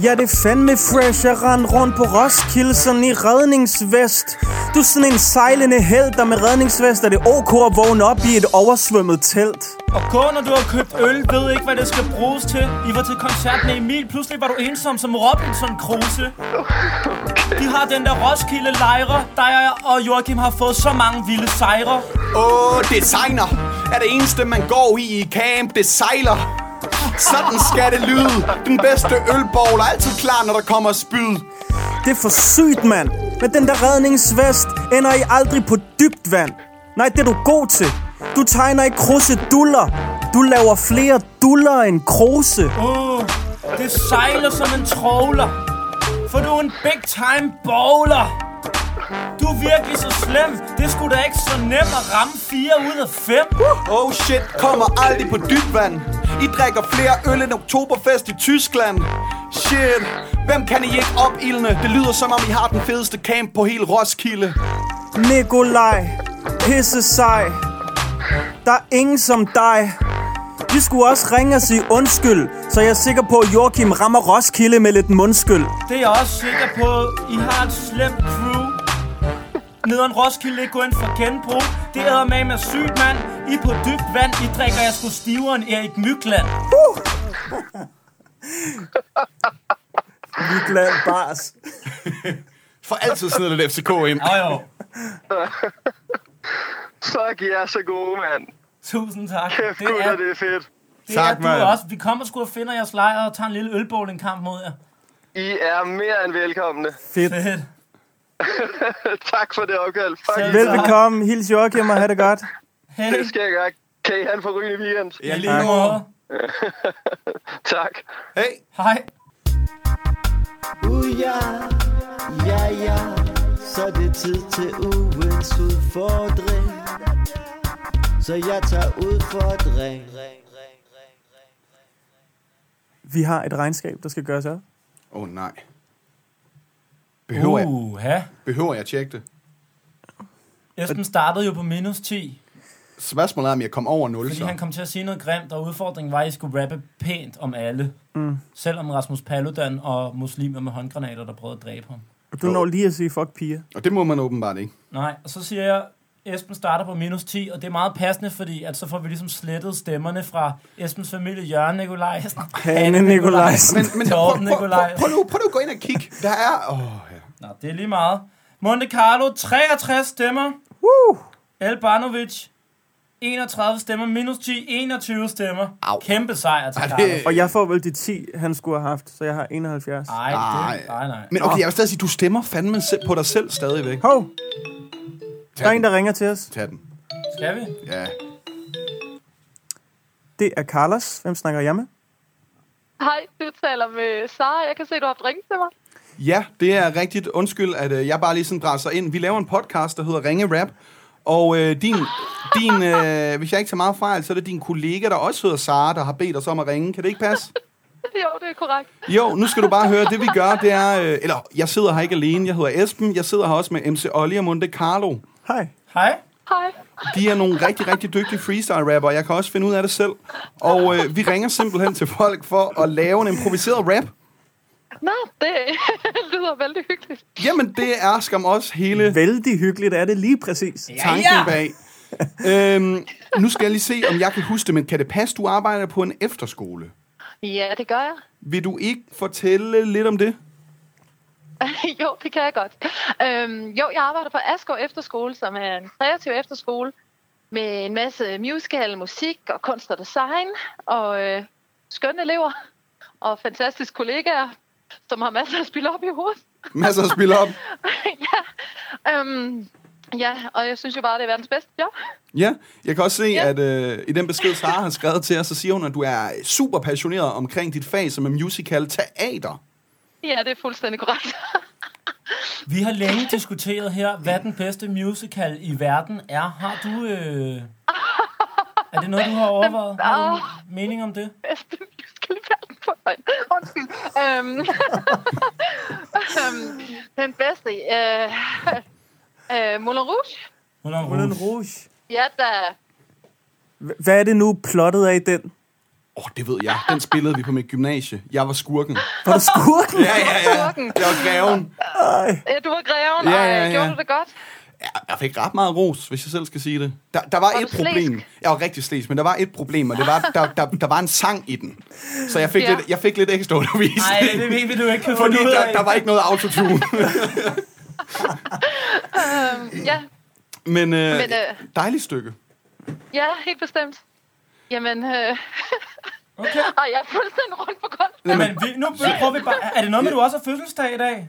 [SPEAKER 2] Ja, det er fandme fresh at rende rundt på Roskilde sådan i redningsvest. Du er sådan en sejlende held, der med redningsvest er det ok at vågne op i et oversvømmet telt.
[SPEAKER 1] Og gå, når du har købt øl, ved ikke, hvad det skal bruges til. I var til koncerten med Emil, pludselig var du ensom som Robinson Kruse. De har den der Roskilde lejre, dig og Joachim har fået så mange vilde sejre.
[SPEAKER 3] Åh, oh, designer er det eneste, man går i i camp. Det sejler. Sådan skal det lyde. Den bedste ølbowl er altid klar, når der kommer spyd.
[SPEAKER 2] Det er for sygt, mand. Men den der redningsvest ender I aldrig på dybt vand. Nej, det er du god til. Du tegner i kruseduller. Du laver flere duller end kruse.
[SPEAKER 1] Uh, det sejler som en trawler. For du er en big time bowler. Du er virkelig så slem. Det skulle da ikke så nemt at ramme 4 ud af 5.
[SPEAKER 3] Oh shit, kommer aldrig på dybt vand. I drikker flere øl end oktoberfest i Tyskland. Shit, hvem kan I ikke opildne? Det lyder som om I har den fedeste camp på hele Roskilde.
[SPEAKER 2] Nikolaj, pisse sej. Der er ingen som dig. De skulle også ringe og sige undskyld, så jeg er sikker på, at Joachim rammer Roskilde med lidt mundskyld.
[SPEAKER 1] Det er jeg også sikker på. I har et slemt crew. Nederen Roskilde ikke gå ind for genbrug. Det æder med med sygt, mand. I er på dybt vand. I drikker jeg sgu stivere end Erik Mykland.
[SPEAKER 2] Nikolaj Bars.
[SPEAKER 3] For altid sidder lidt FCK ind.
[SPEAKER 1] Jo jo.
[SPEAKER 5] Fuck, I er så gode, mand.
[SPEAKER 1] Tusind tak.
[SPEAKER 5] Kæft,
[SPEAKER 1] det
[SPEAKER 5] gutter,
[SPEAKER 1] er,
[SPEAKER 5] det er fedt.
[SPEAKER 1] det
[SPEAKER 3] Tak,
[SPEAKER 1] er
[SPEAKER 3] mand.
[SPEAKER 1] du også. Vi kommer sgu og finder jeres lejr og tager en lille ølbowling-kamp mod jer.
[SPEAKER 5] I er mere end velkomne.
[SPEAKER 1] Fedt.
[SPEAKER 5] tak for det opkald. Fuck,
[SPEAKER 1] Selv
[SPEAKER 2] Velbekomme. Hils Joachim og have det godt.
[SPEAKER 1] Hej.
[SPEAKER 5] det skal jeg gøre. Kan I have en forrygende weekend?
[SPEAKER 1] Ja, lige måde.
[SPEAKER 5] Tak.
[SPEAKER 3] Hey.
[SPEAKER 1] Hej.
[SPEAKER 10] Uh, ja, ja, ja, så det er tid til ugens udfordring. Så jeg tager udfordring.
[SPEAKER 2] Vi har et regnskab, der skal gøres op.
[SPEAKER 3] Åh oh, nej. Behøver, jeg,
[SPEAKER 1] ja.
[SPEAKER 3] behøver jeg at tjekke det?
[SPEAKER 1] Esben startede jo på minus 10,
[SPEAKER 3] Spørgsmålet er, om jeg kom over 0,
[SPEAKER 1] fordi han kom til at sige noget grimt, og udfordringen var, at I skulle rappe pænt om alle. Mm. Selvom Rasmus Paludan og muslimer med håndgranater, der prøvede at dræbe ham.
[SPEAKER 2] Og du når lige at sige fuck piger.
[SPEAKER 3] Og det må man åbenbart ikke.
[SPEAKER 1] Nej, og så siger jeg, Esben starter på minus 10, og det er meget passende, fordi at så får vi ligesom slettet stemmerne fra Esbens familie, Jørgen Nikolajsen,
[SPEAKER 2] Hanne Nikolajsen.
[SPEAKER 3] Men, men prøv,
[SPEAKER 1] Torben
[SPEAKER 3] prøv, prøv, prøv,
[SPEAKER 1] Nikolaj.
[SPEAKER 3] prøv, nu, prøv nu at gå ind og kigge. Der er... Åh, ja.
[SPEAKER 1] Nå, det er lige meget. Monte Carlo, 63 stemmer.
[SPEAKER 2] Woo!
[SPEAKER 1] Elbanovic, 31 stemmer. Minus 10, 21 stemmer.
[SPEAKER 3] Au.
[SPEAKER 1] Kæmpe sejr til
[SPEAKER 3] Ej,
[SPEAKER 1] Carlo.
[SPEAKER 3] det-
[SPEAKER 2] Og jeg får vel de 10, han skulle have haft, så jeg har 71.
[SPEAKER 1] Ej, det, nej, nej.
[SPEAKER 3] Men okay, jeg vil stadig sige, du stemmer fandme selv- på dig selv stadigvæk.
[SPEAKER 2] Hov, der er
[SPEAKER 3] Tag
[SPEAKER 2] en,
[SPEAKER 3] den.
[SPEAKER 2] der ringer til os.
[SPEAKER 3] Tag den.
[SPEAKER 1] Skal vi?
[SPEAKER 3] Ja.
[SPEAKER 2] Det er Carlos. Hvem snakker jeg med?
[SPEAKER 7] Hej, du taler med Sara. Jeg kan se, du har haft ringet til mig.
[SPEAKER 3] Ja, det er rigtigt. Undskyld, at øh, jeg bare lige sådan drar sig ind. Vi laver en podcast, der hedder Ringe Rap. Og øh, din, din øh, hvis jeg ikke tager meget fejl, så er det din kollega, der også hedder Sara, der har bedt os om at ringe. Kan det ikke passe?
[SPEAKER 7] Jo, det er korrekt.
[SPEAKER 3] Jo, nu skal du bare høre, det vi gør, det er... Øh, eller, jeg sidder her ikke alene. Jeg hedder Esben. Jeg sidder her også med MC Olli og Monte Carlo.
[SPEAKER 2] Hej.
[SPEAKER 1] Hej.
[SPEAKER 7] Hej.
[SPEAKER 3] De er nogle rigtig, rigtig dygtige freestyle-rapper. Jeg kan også finde ud af det selv. Og øh, vi ringer simpelthen til folk for at lave en improviseret rap.
[SPEAKER 7] Nå, det lyder vældig hyggeligt.
[SPEAKER 3] Jamen, det er skam også hele
[SPEAKER 2] Vældig hyggeligt er det lige præcis.
[SPEAKER 3] tanken bag. øhm, nu skal jeg lige se, om jeg kan huske det, men kan det passe, du arbejder på en efterskole?
[SPEAKER 11] Ja, det gør jeg.
[SPEAKER 3] Vil du ikke fortælle lidt om det?
[SPEAKER 11] jo, det kan jeg godt. Øhm, jo, jeg arbejder på Askov Efterskole, som er en kreativ efterskole med en masse musical, musik og kunst og design og øh, skønne elever og fantastiske kollegaer, som har masser at spille op i hovedet.
[SPEAKER 3] Masser at spille op.
[SPEAKER 11] ja, øhm, ja, og jeg synes jo bare, det er verdens bedste job.
[SPEAKER 3] Ja, jeg kan også se, ja. at øh, i den besked, Sara har skrevet til os, så siger hun, at du er super passioneret omkring dit fag, som er musical teater.
[SPEAKER 11] Ja, det er fuldstændig korrekt.
[SPEAKER 1] Vi har længe diskuteret her, hvad den bedste musical i verden er. Har du... Øh, er det noget, du har overvejet? Har du en mening om det?
[SPEAKER 11] bedste musical i verden for mig. Undskyld. Øhm, øhm, den bedste. Øh, øh, Moulin Rouge.
[SPEAKER 1] Moulin Rouge.
[SPEAKER 2] Moulin Rouge.
[SPEAKER 11] Ja, der...
[SPEAKER 2] H- Hvad er det nu plottet af i den?
[SPEAKER 3] Åh, oh, det ved jeg. Den spillede vi på mit gymnasie. Jeg var skurken.
[SPEAKER 2] Var du skurken?
[SPEAKER 3] Ja, ja, ja. Jeg var greven.
[SPEAKER 11] Ja, du var greven,
[SPEAKER 3] Ja,
[SPEAKER 11] ja, ja,
[SPEAKER 3] ja,
[SPEAKER 11] ja. og øh,
[SPEAKER 3] ja.
[SPEAKER 11] gjorde du det godt?
[SPEAKER 3] Jeg fik ret meget ros, hvis jeg selv skal sige det. Der, der var,
[SPEAKER 11] Var
[SPEAKER 3] et
[SPEAKER 11] du
[SPEAKER 3] problem.
[SPEAKER 11] slæsk?
[SPEAKER 3] Jeg var rigtig slæs, men der var et problem, og det var, der, der, der var en sang i den. Så jeg fik,
[SPEAKER 11] Ja.
[SPEAKER 3] lidt, jeg fik lidt ekstra undervisning.
[SPEAKER 1] Nej, det ved vi, du ikke kan
[SPEAKER 3] Fordi
[SPEAKER 1] finde ud
[SPEAKER 3] der,
[SPEAKER 1] af.
[SPEAKER 3] der var ikke noget autotune.
[SPEAKER 11] Øhm, ja,
[SPEAKER 3] Men, øh,
[SPEAKER 11] Men, øh,
[SPEAKER 3] dejligt stykke.
[SPEAKER 11] ja, helt bestemt. Jamen, øh...
[SPEAKER 1] Okay.
[SPEAKER 11] Ej, jeg er fuldstændig rundt på gulvet.
[SPEAKER 1] Jamen, vi, nu prøver vi bare... Er det noget med, du også har fødselsdag i dag?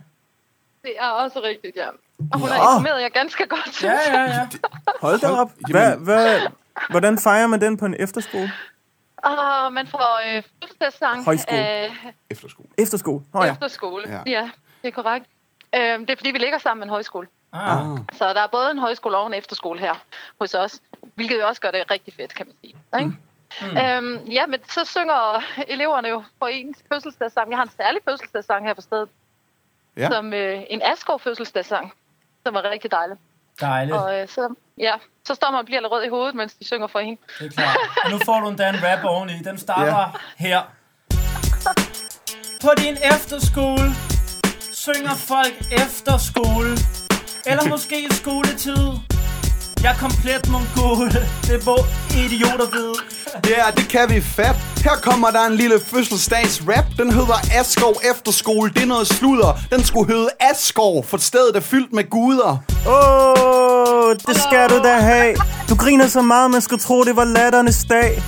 [SPEAKER 11] Det er også rigtigt, ja. Og hun har
[SPEAKER 2] Nå.
[SPEAKER 11] informeret jer ganske godt, synes
[SPEAKER 1] Ja, ja, ja.
[SPEAKER 2] Hold da op. Hvad, hvad, hvordan fejrer man den på en efterskole?
[SPEAKER 11] Og man får øh, fødselsdagssang
[SPEAKER 2] Højskole.
[SPEAKER 11] af
[SPEAKER 3] Efterskole.
[SPEAKER 2] Efterskole. Nå ja.
[SPEAKER 11] efterskole.
[SPEAKER 2] Ja.
[SPEAKER 11] Ja. ja, det er korrekt. Øhm, det er fordi, vi ligger sammen med en højskole.
[SPEAKER 1] Ah.
[SPEAKER 11] Så der er både en højskole og en efterskole her hos os, hvilket jo også gør det rigtig fedt, kan man sige. Ikke?
[SPEAKER 3] Hmm.
[SPEAKER 11] Mm. Øhm, ja, men så synger eleverne jo på ens fødselsdagssang. Jeg har en særlig fødselsdagssang her på stedet,
[SPEAKER 1] Ja.
[SPEAKER 11] ja. som øh, en Asgaard fødselsdagssang, som var rigtig dejlig.
[SPEAKER 1] Dejligt.
[SPEAKER 11] Og øh, så, ja, så står man og bliver lidt rød i hovedet, mens de synger for hende.
[SPEAKER 1] Det er klart. Nu får du endda en rap oveni. Den starter
[SPEAKER 11] Ja.
[SPEAKER 1] ja. her. På din efterskole synger folk efterskole. Eller måske skoletid. Jeg er komplet mongol. Det må idioter vide.
[SPEAKER 3] Ja, yeah, det kan vi fat. Her kommer der en lille fødselsdags-rap. Den hedder Askov Efterskole. Det er noget sludder. Den skulle hedde Askov, for stedet er fyldt med guder.
[SPEAKER 2] Åh, oh, det skal du da have. Du griner så meget, man skulle tro, det var latternes dag.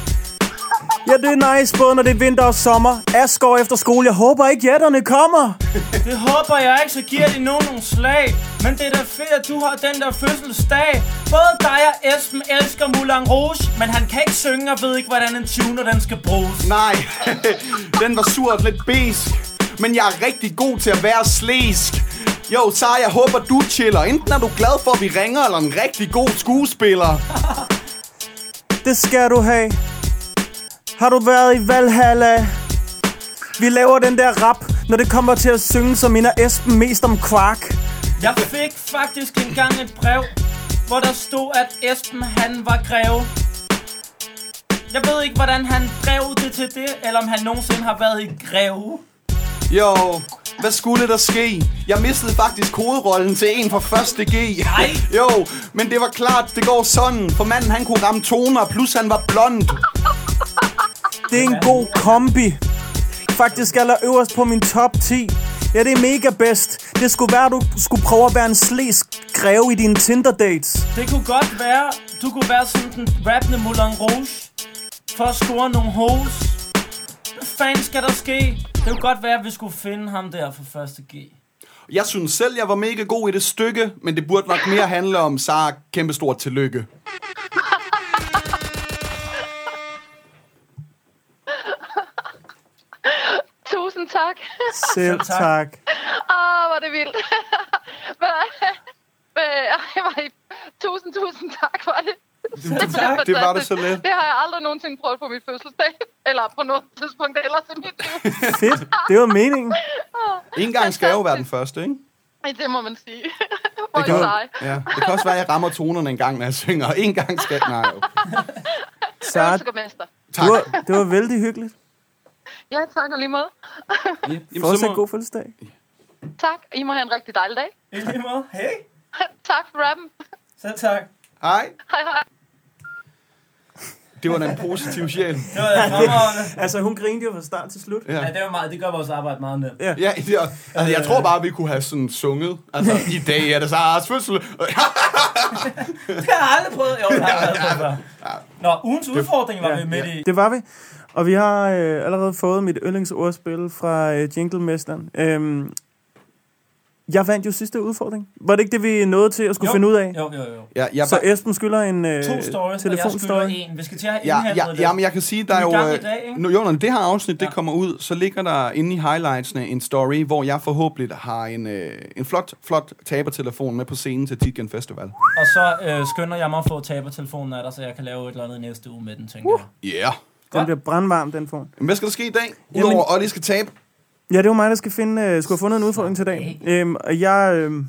[SPEAKER 2] Ja, det er nice, både når det er vinter og sommer. Asgård efter skole, jeg håber ikke jætterne kommer.
[SPEAKER 1] Det håber jeg ikke, så giver de nogen nogle slag. Men det er da fedt, at du har den der fødselsdag. Både dig og Esben elsker Moulin Rouge, men han kan ikke synge og ved ikke, hvordan en tuner den skal bruges.
[SPEAKER 3] Nej, den var sur og lidt besk. Men jeg er rigtig god til at være slæsk. Jo, Sara, jeg håber, du chiller. Enten er du glad for, at vi ringer, eller en rigtig god skuespiller.
[SPEAKER 2] Det skal du have. Har du været i Valhalla? Vi laver den der rap, når det kommer til at synge, så minder Esben mest om Quark.
[SPEAKER 1] Jeg fik faktisk engang et brev, hvor der stod, at Esben han var greve. Jeg ved ikke, hvordan han drev det til det, eller om han nogensinde har været i greve.
[SPEAKER 3] Jo, hvad skulle der ske? Jeg mistede faktisk hovedrollen til en fra første G. Nej. Jo, men det var klart, det går sådan. For manden, han kunne ramme toner, plus han var blond.
[SPEAKER 2] Det er en god kombi. Faktisk aller øverst på min top 10. Ja, det er mega bedst. Det skulle være, du skulle prøve at være en slæsk greve i dine Tinder-dates.
[SPEAKER 1] Det kunne godt være, du kunne være sådan den rappende Moulin Rouge, for at score nogle hoes. Hvad fanden skal der ske? Det kunne godt være, at vi skulle finde ham der fra første G.
[SPEAKER 3] Jeg synes selv, jeg var mega god i det stykke, men det burde nok mere handle om Sara. Kæmpestort tillykke.
[SPEAKER 11] Tusind tak.
[SPEAKER 2] Selv tak.
[SPEAKER 11] Åh, oh, hvor er det vildt. Hvad- hvad- ej, hvor er I- tusind, tusind tak for det. Simpelthen
[SPEAKER 3] tak. Det var det så
[SPEAKER 11] fantastisk.
[SPEAKER 3] let.
[SPEAKER 11] Det har jeg aldrig nogensinde prøvet på min fødselsdag. Eller på noget tidspunkt ellers i mit liv.
[SPEAKER 2] Fedt. Det var meningen.
[SPEAKER 3] En gang skal jeg jo være den første, ikke?
[SPEAKER 11] Ej, Det må man sige. Hvor
[SPEAKER 3] Det kan,
[SPEAKER 11] er dig.
[SPEAKER 3] ja, det kan også være, at jeg rammer tonerne en gang, når jeg synger. En gang skal jeg... Nej, jo.
[SPEAKER 2] Sara,
[SPEAKER 11] Tak. Mester.
[SPEAKER 3] tak.
[SPEAKER 2] Det var, det var vældig hyggeligt.
[SPEAKER 11] Ja, tak og lige måde.
[SPEAKER 2] Fortsat god fødselsdag.
[SPEAKER 11] Tak. I må have en rigtig dejlig dag.
[SPEAKER 1] I lige måde. Hey.
[SPEAKER 11] tak for rappen.
[SPEAKER 1] Selv tak.
[SPEAKER 3] Hej.
[SPEAKER 11] Hej, hej.
[SPEAKER 3] Det var da en positiv sjæl.
[SPEAKER 1] Det var da fremragende.
[SPEAKER 2] altså, hun grinede jo fra start til slut.
[SPEAKER 1] Ja. ja, det, var meget, det gør vores arbejde meget nemt.
[SPEAKER 3] Ja, ja det, er- altså, jeg tror bare, vi kunne have sådan sunget. Altså, i dag er det Saras fødsel.
[SPEAKER 1] det har jeg aldrig prøvet. Jo, det har jeg aldrig prøvet. før. Nå, ugens udfordring var
[SPEAKER 2] Ja,
[SPEAKER 1] vi midt i.
[SPEAKER 2] Det var vi. Og vi har øh, allerede fået mit yndlingsordspil fra øh, Jinglemesteren. Øhm, jeg vandt jo sidste udfordring. Var det ikke det, vi nåede til at skulle
[SPEAKER 1] Jo.
[SPEAKER 2] finde ud af?
[SPEAKER 1] Jo, jo, jo.
[SPEAKER 3] Ja, jeg
[SPEAKER 2] så
[SPEAKER 3] var-
[SPEAKER 2] Esben skylder en øh,
[SPEAKER 1] To stories, og jeg skylder
[SPEAKER 2] telefonstory.
[SPEAKER 1] en. Vi skal til at have
[SPEAKER 3] Ja,
[SPEAKER 1] indhandlet
[SPEAKER 3] ja,
[SPEAKER 1] det.
[SPEAKER 3] jamen, jeg kan sige, der er
[SPEAKER 1] Vi
[SPEAKER 3] jo...
[SPEAKER 1] gang i
[SPEAKER 3] øh,
[SPEAKER 1] dag, ikke?
[SPEAKER 3] nu, jo, når det her afsnit, det kommer ud, så ligger der inde i highlightsene en story, hvor jeg forhåbentlig har en, øh, en flot, flot tabertelefon med på scenen til Titgen Festival.
[SPEAKER 1] Og så øh, skynder jeg mig at få tabertelefonen af dig, så jeg kan lave et eller andet i næste uge med den, tænker
[SPEAKER 3] Uh.
[SPEAKER 1] jeg.
[SPEAKER 3] Yeah.
[SPEAKER 2] Den bliver brandvarm, den får.
[SPEAKER 3] Men hvad skal der ske i dag? Udover at Olli skal tabe.
[SPEAKER 2] Ja, det var mig, der skal finde, øh, skulle have fundet en udfordring til i dag. Øhm, og jeg er øhm,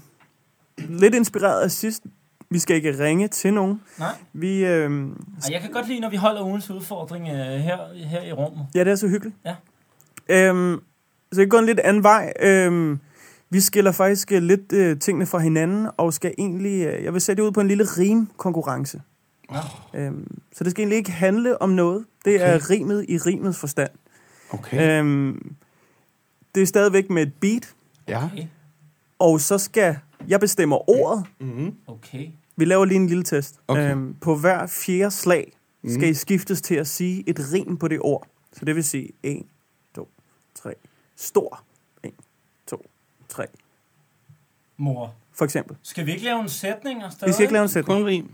[SPEAKER 2] lidt inspireret af sidst. Vi skal ikke ringe til nogen.
[SPEAKER 1] Nej.
[SPEAKER 2] Vi, øhm,
[SPEAKER 1] Og jeg kan godt lide, når vi holder ugens udfordring øh, her, her i rummet.
[SPEAKER 2] ja, det er så hyggeligt.
[SPEAKER 1] Ja.
[SPEAKER 2] Øhm, så jeg går en lidt anden vej. Øhm, vi skiller faktisk øh, lidt øh, tingene fra hinanden, og skal egentlig... Øh, jeg vil sætte det ud på en lille rimkonkurrence. Øhm, så det skal egentlig ikke handle om noget. Det okay. er rimet i rimets forstand.
[SPEAKER 3] Okay.
[SPEAKER 2] Øhm, det er stadigvæk med et beat,
[SPEAKER 3] Ja.
[SPEAKER 2] og så skal... Jeg bestemmer ordet,
[SPEAKER 3] Mm-hmm.
[SPEAKER 1] Okay.
[SPEAKER 2] Vi laver lige en lille test.
[SPEAKER 1] Okay.
[SPEAKER 2] Okay. Øhm, på hver fjerde slag skal
[SPEAKER 3] Mm-hmm.
[SPEAKER 1] Mm.
[SPEAKER 2] I skiftes til at sige et rim på det ord. Så det vil sige 1, 2, 3, stor. 1, 2, 3.
[SPEAKER 1] Mor.
[SPEAKER 2] For eksempel.
[SPEAKER 1] Skal vi ikke lave en sætning? og
[SPEAKER 2] Vi skal ikke lave en
[SPEAKER 1] stadig?
[SPEAKER 2] sætning. Kun rim.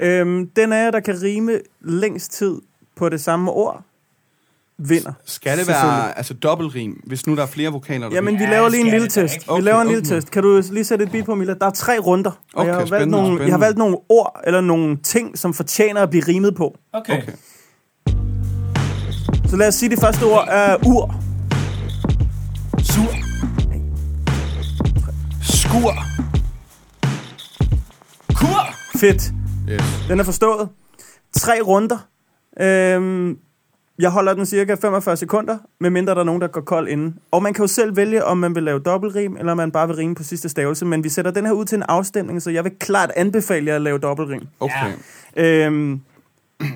[SPEAKER 2] Øhm, den af jer, der kan rime længst tid på det samme ord, vinder.
[SPEAKER 3] Skal det være altså, dobbeltrim, hvis nu der er flere vokaler? der
[SPEAKER 2] Jamen, vi
[SPEAKER 3] rimer?
[SPEAKER 2] laver lige en lille test. Vi laver en lille test. Kan du lige sætte et beat på, Mila? Der er tre runder. og
[SPEAKER 3] Okay,
[SPEAKER 2] jeg, har valgt
[SPEAKER 3] spændende,
[SPEAKER 2] nogle, jeg har
[SPEAKER 3] spændende.
[SPEAKER 2] valgt nogle ord eller nogle ting, som fortjener at blive rimet på.
[SPEAKER 1] Okay. okay.
[SPEAKER 2] Så lad os sige, det første ord er ur. Sur. Skur. Kur. Fedt.
[SPEAKER 3] Yes.
[SPEAKER 2] Den er forstået. Tre runder. Øhm, jeg holder den cirka 45 sekunder, medmindre der er nogen, der går kold inden. Og man kan jo selv vælge, om man vil lave dobbeltrim, eller om man bare vil rime på sidste stavelse. Men vi sætter den her ud til en afstemning, så jeg vil klart anbefale jer at lave dobbeltrim.
[SPEAKER 3] Okay.
[SPEAKER 2] Øhm,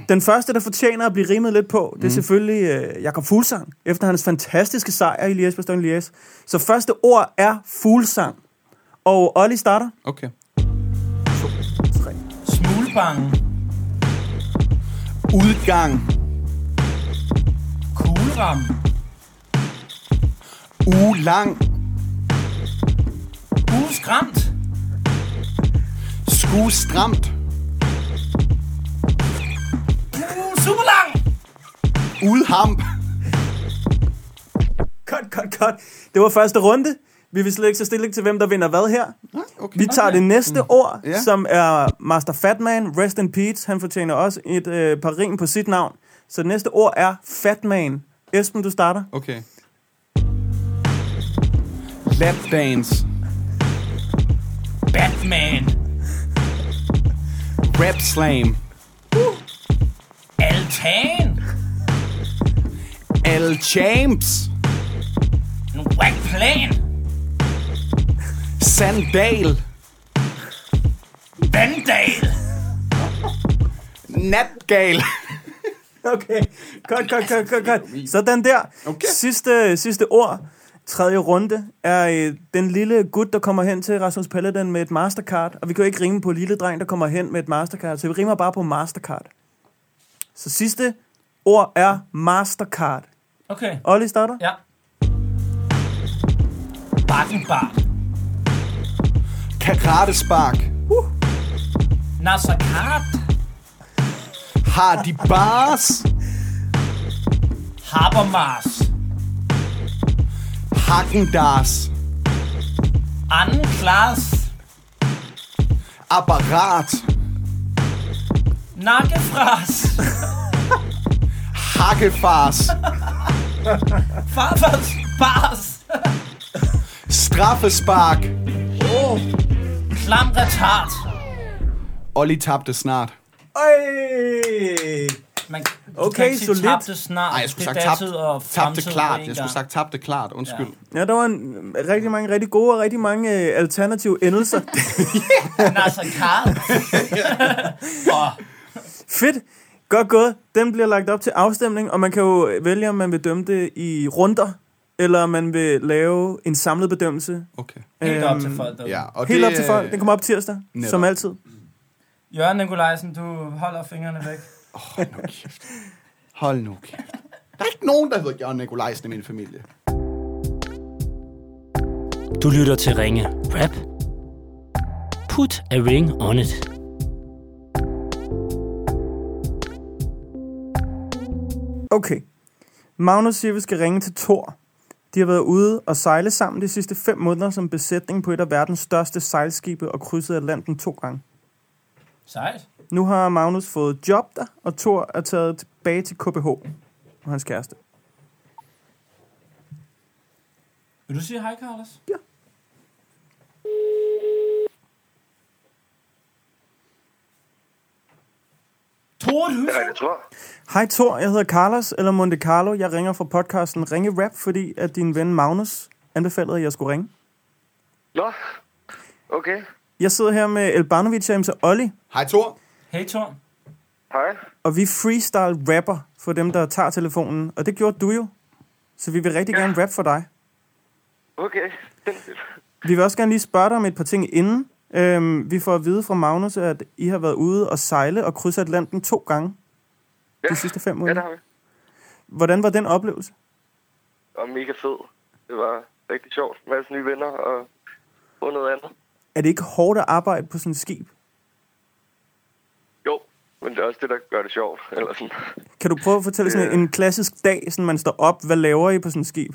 [SPEAKER 2] den første, der fortjener at blive rimet lidt på, det er
[SPEAKER 3] Mm.
[SPEAKER 2] selvfølgelig øh, Jakob Fuglsang, efter hans fantastiske sejr i Liège bastogne Liège. Så første ord er Fuglsang. Og Olli starter.
[SPEAKER 3] Okay.
[SPEAKER 1] Smuglebange.
[SPEAKER 3] Udgang.
[SPEAKER 1] Kugleram.
[SPEAKER 3] Ulang.
[SPEAKER 1] Uskræmt.
[SPEAKER 3] Skuestramt.
[SPEAKER 1] Uh, superlang.
[SPEAKER 3] Udhamp.
[SPEAKER 2] Cut, cut, cut. Det var første runde. Vi vil slet ikke så stille til, hvem der vinder hvad her.
[SPEAKER 3] Okay. Mm.
[SPEAKER 2] Vi tager det næste ord,
[SPEAKER 3] Ja.
[SPEAKER 2] som er Master Fatman. Rest in peace. Han fortjener også et øh, par rim på sit navn. Så det næste ord er Fatman. Esben, du starter.
[SPEAKER 3] Okay. Lapdance.
[SPEAKER 1] Batman.
[SPEAKER 3] Rap slam.
[SPEAKER 1] Altan.
[SPEAKER 3] Al James.
[SPEAKER 1] En whack plan.
[SPEAKER 3] Sandal.
[SPEAKER 1] Vandal.
[SPEAKER 3] Natgal.
[SPEAKER 2] Okay, godt, godt, godt, godt, godt. Sådan der. Okay. Sidste, sidste ord, tredje runde, er øh, den lille gut, der kommer hen til Rasmus Paludan med et mastercard. Og vi kan jo ikke rime på lille dreng, der kommer hen med et mastercard, så vi rimer bare på mastercard. Så sidste ord er mastercard.
[SPEAKER 1] Okay.
[SPEAKER 2] Olli starter.
[SPEAKER 1] Ja. Bakkenbar.
[SPEAKER 3] Karate spark.
[SPEAKER 1] Nasser Kart.
[SPEAKER 3] Har de bars.
[SPEAKER 1] Habermas.
[SPEAKER 3] Hackendars.
[SPEAKER 1] Anden Klaas.
[SPEAKER 3] Apparat.
[SPEAKER 1] Nakkefras.
[SPEAKER 3] Hakkefars.
[SPEAKER 1] Farfars bars.
[SPEAKER 3] Straffespark.
[SPEAKER 1] Oh. Klam retard.
[SPEAKER 3] Olli tabte snart.
[SPEAKER 2] Øj!
[SPEAKER 1] Man
[SPEAKER 2] Okay,
[SPEAKER 1] så
[SPEAKER 2] solid.
[SPEAKER 1] tabte snart.
[SPEAKER 3] Nej, jeg skulle
[SPEAKER 1] Det
[SPEAKER 3] sagt
[SPEAKER 1] er
[SPEAKER 3] tabt,
[SPEAKER 1] datid og
[SPEAKER 3] tabte
[SPEAKER 1] fremtid på
[SPEAKER 3] klart.
[SPEAKER 1] én
[SPEAKER 3] Jeg skulle
[SPEAKER 1] gang.
[SPEAKER 3] sagt tabte klart. Undskyld.
[SPEAKER 2] Ja, der var en, øh, rigtig mange rigtig gode og rigtig mange øh, alternative endelser.
[SPEAKER 1] Nasser Kart.
[SPEAKER 2] Fedt. Godt gået. Den bliver lagt op til afstemning, og man kan jo vælge, om man vil dømme det i runder, eller om man vil lave en samlet bedømmelse.
[SPEAKER 3] Okay.
[SPEAKER 1] Helt op til folk derude.
[SPEAKER 3] Ja,
[SPEAKER 2] og
[SPEAKER 3] og
[SPEAKER 2] helt
[SPEAKER 3] det,
[SPEAKER 2] op til folk.
[SPEAKER 3] øh,
[SPEAKER 2] Den kommer op tirsdag, netop.
[SPEAKER 3] netop.
[SPEAKER 2] som altid.
[SPEAKER 1] Jørgen Nikolajsen, du holder fingrene væk.
[SPEAKER 3] Hold nu kæft. Der er ikke nogen, der hedder Jørgen Nikolajsen i min familie.
[SPEAKER 12] Du lytter til Ringe Rap. Put a ring on it.
[SPEAKER 2] Okay. Magnus siger, at vi skal ringe til Thor. De har været ude og sejle sammen de sidste fem måneder som besætning på et af verdens største sejlskibe og krydset Atlanten to gange.
[SPEAKER 1] Sejt.
[SPEAKER 2] Nu har Magnus fået job der, og Thor er taget tilbage til KBH og hans kæreste.
[SPEAKER 1] Vil du sige hej, Carlos?
[SPEAKER 2] Ja.
[SPEAKER 1] Tror du?
[SPEAKER 8] Ja, jeg tror.
[SPEAKER 2] Hej Thor, jeg hedder Carlos, eller Monte Carlo. Jeg ringer fra podcasten Ringe Rap, fordi at din ven Magnus anbefalede, at jeg skulle ringe.
[SPEAKER 8] Nå, okay.
[SPEAKER 2] Jeg sidder her med Elbanovic og MC Olli,
[SPEAKER 3] Hej Thor.
[SPEAKER 1] Hej Thor.
[SPEAKER 8] Hej.
[SPEAKER 2] og vi freestyle rapper for dem, der tager telefonen. Og det gjorde du jo, så vi vil rigtig ja. gerne rap for dig.
[SPEAKER 8] Okay.
[SPEAKER 2] Vi vil også gerne lige spørge dig om et par ting inden. Øhm, vi får at vide fra Magnus, at I har været ude og sejle og krydse Atlanten to gange ja. de sidste fem måneder. Ja,
[SPEAKER 8] det har
[SPEAKER 2] Hvordan var den oplevelse?
[SPEAKER 8] Og mega fed. Det var rigtig sjovt. Masse nye venner og, og noget andet.
[SPEAKER 2] Er det ikke hårdt at arbejde på sådan et skib?
[SPEAKER 8] Jo, men det er også det, der gør det sjovt. Eller sådan.
[SPEAKER 2] Kan du prøve at fortælle sådan en, en klassisk dag, sådan man står op, hvad laver I på sådan et skib?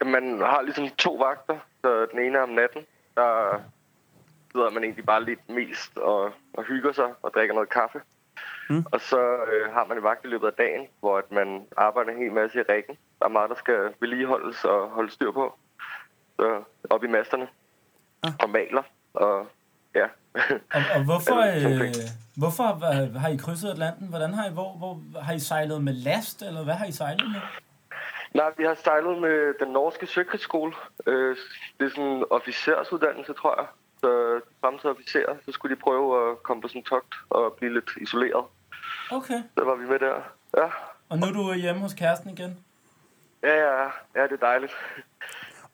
[SPEAKER 8] Jamen, Man har ligesom to vagter, så den ene er om natten, der sidder man egentlig bare lidt mest og, og hygger sig og drikker noget kaffe.
[SPEAKER 2] Mm.
[SPEAKER 8] Og så øh, har man en vagt i løbet af dagen, hvor at man arbejder en hel masse i rækken. Der er meget, der skal vedligeholdes og holdes styr på. Så op i masterne ah. og maler og ja.
[SPEAKER 1] Og, og hvorfor,
[SPEAKER 8] Eller sådan
[SPEAKER 1] øh,
[SPEAKER 8] ting.
[SPEAKER 1] hvorfor øh, har I krydset Atlanten? Hvordan har I, hvor, hvor har I sejlet med last, eller hvad har I sejlet med?
[SPEAKER 8] Nej, vi har sejlet med den norske søkrigsskole. Øh, det er sådan en officersuddannelse, tror jeg. Så fremtidige officerer, så skulle de prøve at komme på sådan en togt og blive lidt isoleret.
[SPEAKER 1] Okay.
[SPEAKER 8] Så var vi med der. Ja,
[SPEAKER 1] Og nu er du øh, hjemme hos kæresten igen?
[SPEAKER 8] ja, ja, ja det er dejligt.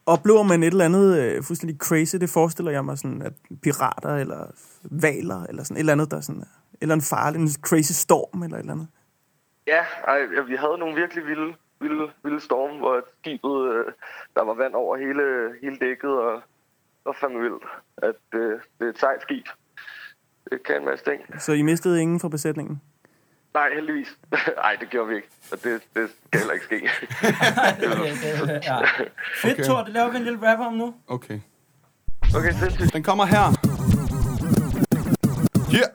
[SPEAKER 2] Oplever man et eller andet øh, fuldstændig crazy? Det forestiller jeg mig sådan, at pirater eller valer eller sådan et eller andet, der er sådan, eller en farlig, en crazy storm eller et eller andet.
[SPEAKER 8] Ja, ej, ja, vi havde nogle virkelig vilde, vilde, vilde storme, hvor skibet, øh, der var vand over hele, hele dækket, og det var fandme vildt, at øh, det er et sejt skib. Det kan en masse ting.
[SPEAKER 2] Så I mistede ingen fra besætningen?
[SPEAKER 8] Nej, heldigvis. Nej, det gjorde vi ikke. Og det, det skal heller ikke ske.
[SPEAKER 1] ja. Fedt, okay. Thor. Det laver vi en lille rapper om nu.
[SPEAKER 3] Okay.
[SPEAKER 8] Okay, sindssygt.
[SPEAKER 3] Den kommer her. Yeah.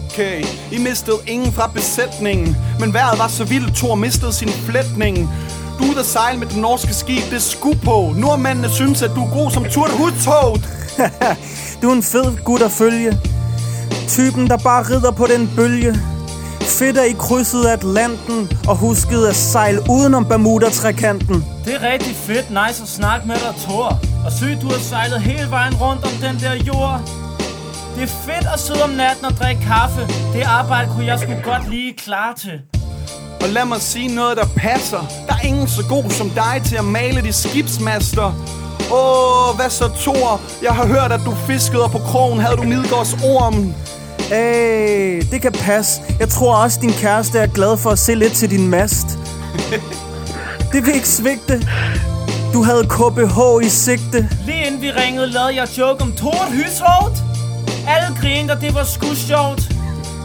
[SPEAKER 3] Okay, I mistede ingen fra besætningen Men vejret var så vildt, Thor mistede sin flætning Du er ude at sejle med det norske skib, det er sku på Nordmændene synes, at du er god som Tour de Hudtoget
[SPEAKER 2] du er en fed gut at følge. Typen, der bare rider på den bølge. Fedt, at I krydsede Atlanten og huskede at sejle udenom Bermuda-trækanten.
[SPEAKER 1] Det er rigtig fedt, nice at snakke med dig, Thor. Og sygt, du har sejlet hele vejen rundt om den der jord. Det er fedt at sidde om natten og drikke kaffe. Det arbejde kunne jeg sgu godt lige klare til.
[SPEAKER 3] Og lad mig sige noget, der passer Der er ingen så god som dig til at male de skibsmaster Åh, hvad så Thor? Jeg har hørt, at du fiskede, og på krogen havde du Midgårds orm
[SPEAKER 2] Hey, det kan passe. Jeg tror også, din kæreste er glad for at se lidt til din mast. Det vil ikke svigte. Du havde KBH i sigte.
[SPEAKER 1] Lige inden vi ringede, lavede jeg joke om Tort Hyshovt. Alle griner, det var sgu sjovt.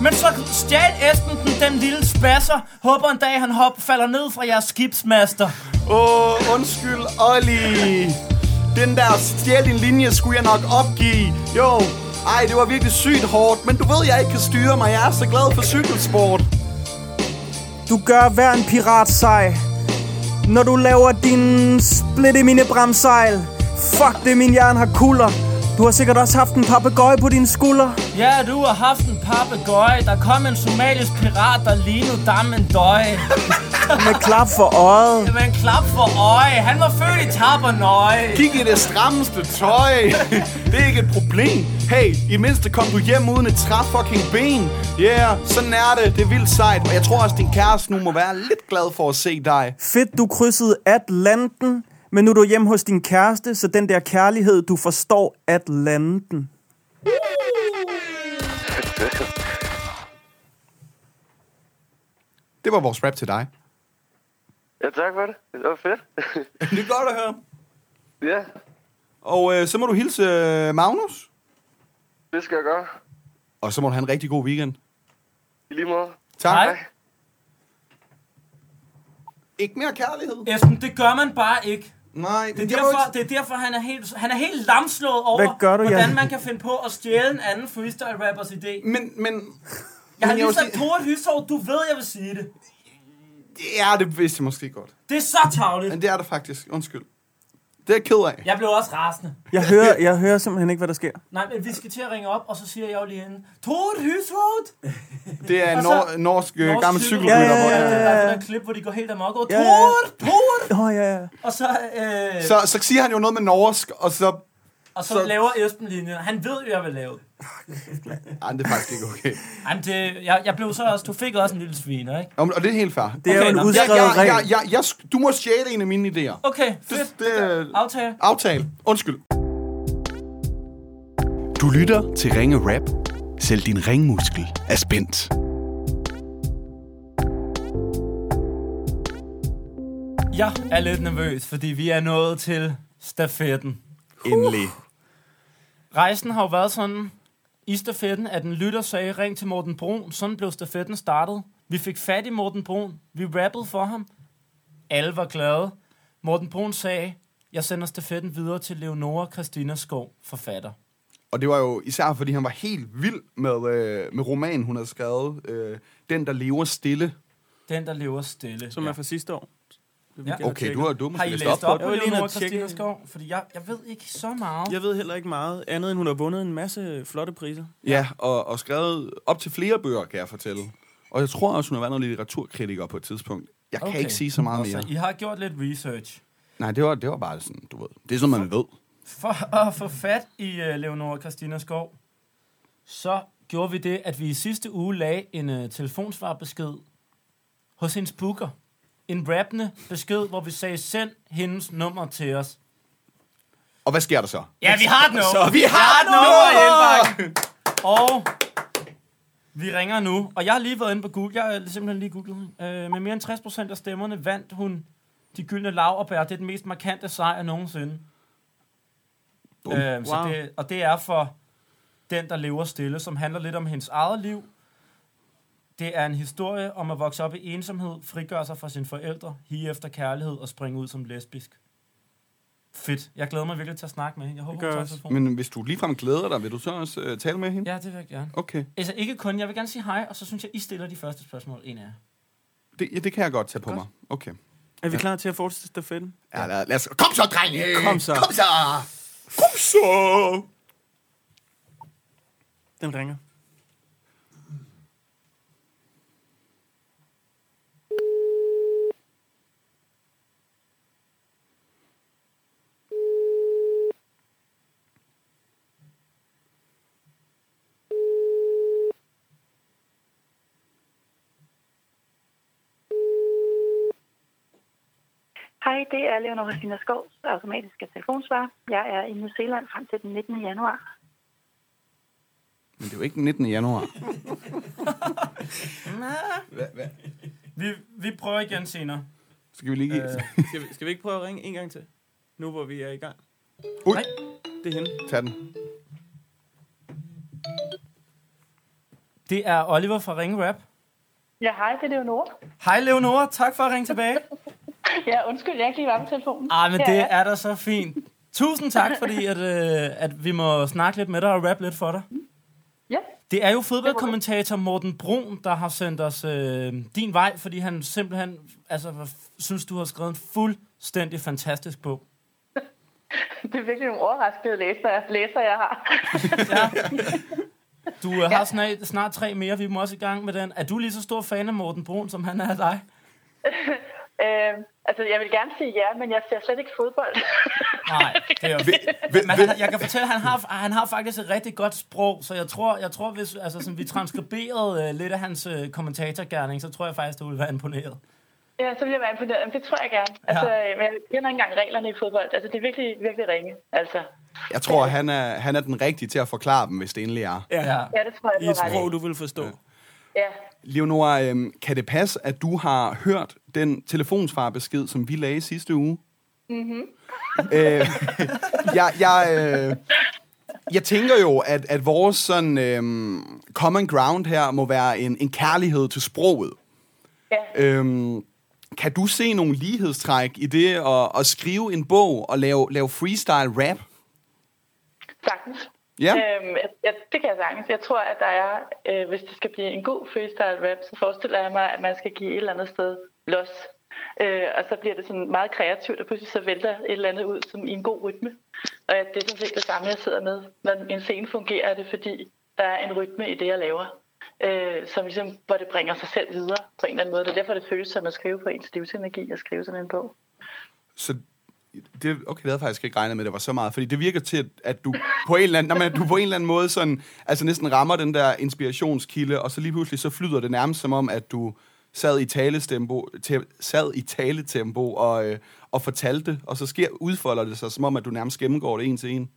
[SPEAKER 1] Men så stjal Esben den, den lille spasser. Håber en dag, han hop falder ned fra jeres skibsmaster.
[SPEAKER 3] Åh, oh, undskyld, Olli. Den der stjæl din linje skulle jeg nok opgive. Jo, ej, det var virkelig sygt hårdt, men du ved, jeg ikke kan styre mig. Jeg er så glad for cykelsport.
[SPEAKER 2] Du gør hver en pirat sej Når du laver din split i mine bremsejl Fuck det, min jern har kulder Du har sikkert også haft en papegøje på dine skuldre.
[SPEAKER 1] Ja, du har haft en papegøje. Der kom en somalisk pirat, der lignede dam en døje.
[SPEAKER 2] Med klap for øjet.
[SPEAKER 1] Med en klap for øje. Han var født i tabernøje.
[SPEAKER 3] Kig i det strammeste tøj. det er ikke et problem. Hey, i mindste kom du hjem uden et træ fucking ben. Yeah, sådan er det. Det er vildt sejt. Og jeg tror også, din kæreste nu må være lidt glad for at se dig.
[SPEAKER 2] Fedt, du krydsede Atlanten, men nu er du hjemme hos din kæreste, så den der kærlighed, du forstår Atlanten.
[SPEAKER 3] Det var vores rap til dig.
[SPEAKER 5] Ja, tak for det. Det var fedt.
[SPEAKER 3] det er godt at høre.
[SPEAKER 5] Ja,
[SPEAKER 3] Og øh, så må du hilse øh, Magnus,
[SPEAKER 5] det skal jeg gøre.
[SPEAKER 3] og så må du have en rigtig god weekend.
[SPEAKER 5] I lige måde.
[SPEAKER 3] Tak.
[SPEAKER 1] Hej.
[SPEAKER 3] Ikke mere kærlighed.
[SPEAKER 1] Esben, det gør man bare ikke.
[SPEAKER 3] Nej,
[SPEAKER 1] det er, derfor, det er derfor, han er helt, han er helt lamslået over,
[SPEAKER 2] Hvad gør du, Jan?
[SPEAKER 1] hvordan man kan finde på at stjæle en anden freestyle rappers idé.
[SPEAKER 3] Men, men...
[SPEAKER 1] Jeg har
[SPEAKER 3] jeg
[SPEAKER 1] lige
[SPEAKER 3] vil
[SPEAKER 1] sagt Tore Hysov, du ved, jeg vil sige det.
[SPEAKER 3] Ja, det vidste jeg måske godt.
[SPEAKER 1] Det er så tavligt.
[SPEAKER 3] Men det er det faktisk. Undskyld. Det er jeg ked af.
[SPEAKER 1] Jeg blev også rasende.
[SPEAKER 2] Jeg hører, jeg hører simpelthen ikke, hvad der sker.
[SPEAKER 1] Nej, men vi skal til at ringe op, og så siger jeg jo lige inden, Tore Hyshoved!
[SPEAKER 3] Det er en
[SPEAKER 1] Og så-
[SPEAKER 3] nor- norsk, norsk
[SPEAKER 1] Norsk
[SPEAKER 3] gammel
[SPEAKER 1] cykel-
[SPEAKER 3] cykelrytter.
[SPEAKER 2] Ja, ja,
[SPEAKER 3] hvor-
[SPEAKER 2] ja, Altså, ja, ja.
[SPEAKER 1] Der er den der klip, hvor de går helt amok over,
[SPEAKER 2] Ja, ja, ja.
[SPEAKER 1] Tore, Tore!
[SPEAKER 2] Åh, oh, ja, ja.
[SPEAKER 1] Og så, øh,
[SPEAKER 3] Så, så siger han jo noget med norsk, og så...
[SPEAKER 1] og så,
[SPEAKER 3] så-
[SPEAKER 1] laver Esben linjen. Han ved jo, jeg vil lave det.
[SPEAKER 3] Ej, det er faktisk ikke okay.
[SPEAKER 1] Jamen, det, jeg, jeg blev så også, du fik også en lille sviner, ikke?
[SPEAKER 3] Nå, men- Og det er helt fair.
[SPEAKER 2] Det er
[SPEAKER 1] Okay,
[SPEAKER 2] jo en
[SPEAKER 1] nå.
[SPEAKER 3] Jeg,
[SPEAKER 2] udskrevet
[SPEAKER 3] jeg,
[SPEAKER 2] regel.
[SPEAKER 3] jeg, jeg, jeg, sk- du må stjæle en af mine idéer.
[SPEAKER 1] Okay,
[SPEAKER 3] Det,
[SPEAKER 1] fedt.
[SPEAKER 3] det, er-
[SPEAKER 1] Aftale.
[SPEAKER 3] aftale. Undskyld.
[SPEAKER 9] Du lytter til Ringe Rap. Selv din ringmuskel er spændt.
[SPEAKER 1] Jeg er lidt nervøs, fordi vi er nået til stafetten.
[SPEAKER 3] Endelig.
[SPEAKER 1] Rejsen har jo været sådan, i stafetten, at en lytter sagde, ring til Morten Brun. Sådan blev stafetten startet. Vi fik fat i Morten Brun. Vi rappede for ham. Alle var glade. Morten Brun sagde, jeg sender stafetten videre til Leonora Christina Skov, forfatter.
[SPEAKER 3] Og det var jo især, fordi han var helt vild med, øh, med romanen, hun havde skrevet. Øh, Den, der lever stille.
[SPEAKER 1] Den, der lever stille.
[SPEAKER 2] Som er fra sidste år.
[SPEAKER 1] Ja.
[SPEAKER 3] Okay, du har, du har
[SPEAKER 1] Har
[SPEAKER 3] måske
[SPEAKER 1] I
[SPEAKER 3] læst
[SPEAKER 1] læst
[SPEAKER 3] op
[SPEAKER 1] op
[SPEAKER 3] på
[SPEAKER 2] Jeg
[SPEAKER 1] på
[SPEAKER 2] var lige inde
[SPEAKER 1] Leonora
[SPEAKER 2] og tjekke
[SPEAKER 1] Christina
[SPEAKER 2] det.
[SPEAKER 1] Skov? Fordi jeg, jeg ved ikke så meget.
[SPEAKER 2] Jeg ved heller ikke meget andet, end hun har vundet en masse flotte priser.
[SPEAKER 3] Ja, og, og skrevet op til flere bøger, kan jeg fortælle. Og jeg tror også, hun har været noget litteraturkritiker på et tidspunkt. Jeg kan okay. ikke sige så meget
[SPEAKER 1] Altså,
[SPEAKER 3] mere.
[SPEAKER 1] I har gjort lidt research.
[SPEAKER 3] Nej, det var, det var bare sådan, du ved. Det er sådan, man ved.
[SPEAKER 1] For at få fat i uh, Leonora Christina Skov, så gjorde vi det, at vi i sidste uge lagde en uh, telefonsvarbesked hos hendes booker. En rappende besked, hvor vi sagde, send hendes nummer til os.
[SPEAKER 3] Og hvad sker der så?
[SPEAKER 1] Ja, vi har den nu.
[SPEAKER 3] Så vi har den
[SPEAKER 1] den Og vi ringer nu. Og jeg har lige været inde på Google. Jeg har simpelthen lige googlet hende. øh, Med mere end 60% af stemmerne vandt hun de gyldne laverbær. Det er den mest markante sejr nogensinde.
[SPEAKER 3] Bum.
[SPEAKER 1] Øh, wow. så
[SPEAKER 2] Wow.
[SPEAKER 1] det, og det er for den, der lever stille, som handler lidt om hendes eget liv. Det er en historie om at vokse op i ensomhed, frigøre sig fra sine forældre, hige efter kærlighed og springe ud som lesbisk. Fedt. Jeg glæder mig virkelig til at snakke med hende. Jeg håber,
[SPEAKER 2] Det gør
[SPEAKER 1] hun tager
[SPEAKER 2] jeg også.
[SPEAKER 1] telefonen.
[SPEAKER 3] Men hvis du ligefrem glæder dig, vil du så også øh, tale med hende?
[SPEAKER 1] Ja, det vil jeg gerne.
[SPEAKER 3] Okay,
[SPEAKER 1] Altså ikke kun, jeg vil gerne sige hej, og så synes jeg, I stiller de første spørgsmål, en af jer.
[SPEAKER 3] det, ja, det kan jeg godt tage på
[SPEAKER 2] Godt.
[SPEAKER 3] mig. Okay.
[SPEAKER 2] Er vi klar til at fortsætte stafetten?
[SPEAKER 3] Ja, lad, lad os... Kom så, drenge!
[SPEAKER 2] Kom så.
[SPEAKER 3] Kom så! Kom så!
[SPEAKER 2] Den ringer.
[SPEAKER 13] Hej, det er Leonora Christina Skovs automatiske telefonsvar. Jeg er i New Zealand frem til den 19. januar.
[SPEAKER 3] Men det er jo ikke den 19. januar.
[SPEAKER 1] Vi, vi prøver igen senere.
[SPEAKER 3] Så kan vi lige give...
[SPEAKER 2] Øh, skal, vi, skal vi ikke prøve at ringe en gang til? Nu hvor vi er i gang.
[SPEAKER 3] Ui.
[SPEAKER 1] nej.
[SPEAKER 2] Det er hende.
[SPEAKER 3] Tag den.
[SPEAKER 1] Det er Oliver fra Ringe Rap.
[SPEAKER 13] Ja, hej, det er Leonora.
[SPEAKER 1] Hej Leonora, tak for at ringe tilbage.
[SPEAKER 13] Ja, undskyld, jeg ikke lige var på telefonen.
[SPEAKER 1] Ah, men
[SPEAKER 13] Her
[SPEAKER 1] det
[SPEAKER 13] jeg.
[SPEAKER 1] er da så fint. Tusind tak, fordi at, øh, at vi må snakke lidt med dig og rap lidt for dig.
[SPEAKER 13] Ja,
[SPEAKER 1] Det er jo fodboldkommentator Morten Brun, der har sendt os øh, din vej, fordi han simpelthen altså, hvad f- synes, du har skrevet en fuldstændig fantastisk bog.
[SPEAKER 13] det er virkelig nogle overraskede læser, læser jeg har.
[SPEAKER 1] Du øh, har snart, snart tre mere, vi må også i gang med den. Er du lige så stor fan af Morten Brun, som han er af dig?
[SPEAKER 13] øh, altså, jeg vil gerne sige ja, men jeg ser slet ikke fodbold.
[SPEAKER 1] Nej, det er jo... Men han, jeg kan fortælle, at han har, han har faktisk et rigtig godt sprog, så jeg tror, jeg tror hvis altså, sådan, vi transkriberede øh, lidt af hans øh, kommentatorgærning, så tror jeg faktisk, du ville være imponeret.
[SPEAKER 13] ja, så vil jeg være imponeret. Jamen, Det tror jeg gerne. Altså, men jeg kender ikke engang reglerne i fodbold. Altså, det er virkelig, virkelig ringe. Altså,
[SPEAKER 3] Jeg tror, han er, han er den rigtige til at forklare dem, hvis det endelig er.
[SPEAKER 13] ja. ja det tror jeg,
[SPEAKER 2] I et sprog,
[SPEAKER 1] du vil forstå. Ja.
[SPEAKER 13] Ja,
[SPEAKER 3] Leonora, øhm, kan det passe, at du har hørt den telefonsvarbesked, som vi lagde sidste uge?
[SPEAKER 13] mhm.
[SPEAKER 3] øh, jeg, jeg, øh, jeg tænker jo, at, at vores sådan, øh, common ground her må være en, en kærlighed til sproget. Ja. Øhm, kan du se nogle lighedstræk i det at, at skrive en bog og lave, lave freestyle rap?
[SPEAKER 13] Sagtens.
[SPEAKER 3] Ja.
[SPEAKER 13] Øhm, jeg, jeg, det kan jeg sagtens. Jeg tror, at der er, øh, hvis det skal blive en god freestyle rap, så forestiller jeg mig, at man skal give et eller andet sted los. Øh, og så bliver det sådan meget kreativt, og pludselig så vælter et eller andet ud som i en god rytme. Og at det er sådan set det samme, jeg sidder med. Når en scene fungerer, er det fordi, der er en rytme i det, jeg laver. Øh, som ligesom, hvor det bringer sig selv videre på en eller anden måde. Det er derfor, det føles som at skrive på ens livsenergi og skrive sådan en bog.
[SPEAKER 3] Så det, okay, det havde jeg faktisk ikke regnet med, at det var så meget. Fordi det virker til, at, at du på en eller anden, nej, men at du på en eller anden måde sådan, altså næsten rammer den der inspirationskilde, og så lige pludselig så flyder det nærmest som om, at du sad i talestempo, te, sad i taletempo og, øh, og fortalte det, og så sker, udfolder det sig som om, at du nærmest gennemgår det en til en.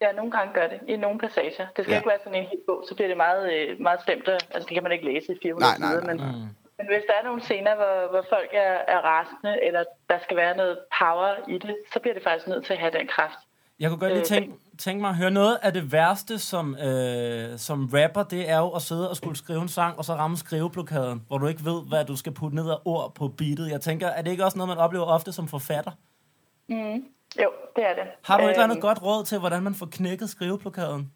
[SPEAKER 13] Ja, nogle gange gør det. I nogle passager. Det skal
[SPEAKER 3] Ja.
[SPEAKER 13] ja. ikke være sådan en helt bog, så bliver det meget, øh, meget slemt. og- Altså, det kan man ikke læse i 400
[SPEAKER 3] Nej, nej,
[SPEAKER 13] sider.
[SPEAKER 3] nej,
[SPEAKER 13] Men,
[SPEAKER 2] Mm.
[SPEAKER 13] men hvis der er nogle scener, hvor, hvor folk er, er rasende, eller der skal være noget power i det, så bliver det faktisk nødt til at have den kraft.
[SPEAKER 1] Jeg kunne godt lige
[SPEAKER 13] Øh,
[SPEAKER 1] tænke, tænke mig at høre noget af det værste som, øh, som rapper, det er jo at sidde og skulle skrive en sang, og så ramme skriveblokaden, hvor du ikke ved, hvad du skal putte ned af ord på beatet. Jeg tænker, er det ikke også noget, man oplever ofte som forfatter?
[SPEAKER 13] Mm. Jo, det er det.
[SPEAKER 1] Har du et eller andet
[SPEAKER 13] Øhm,
[SPEAKER 1] godt råd til, hvordan man får knækket skriveblokaden?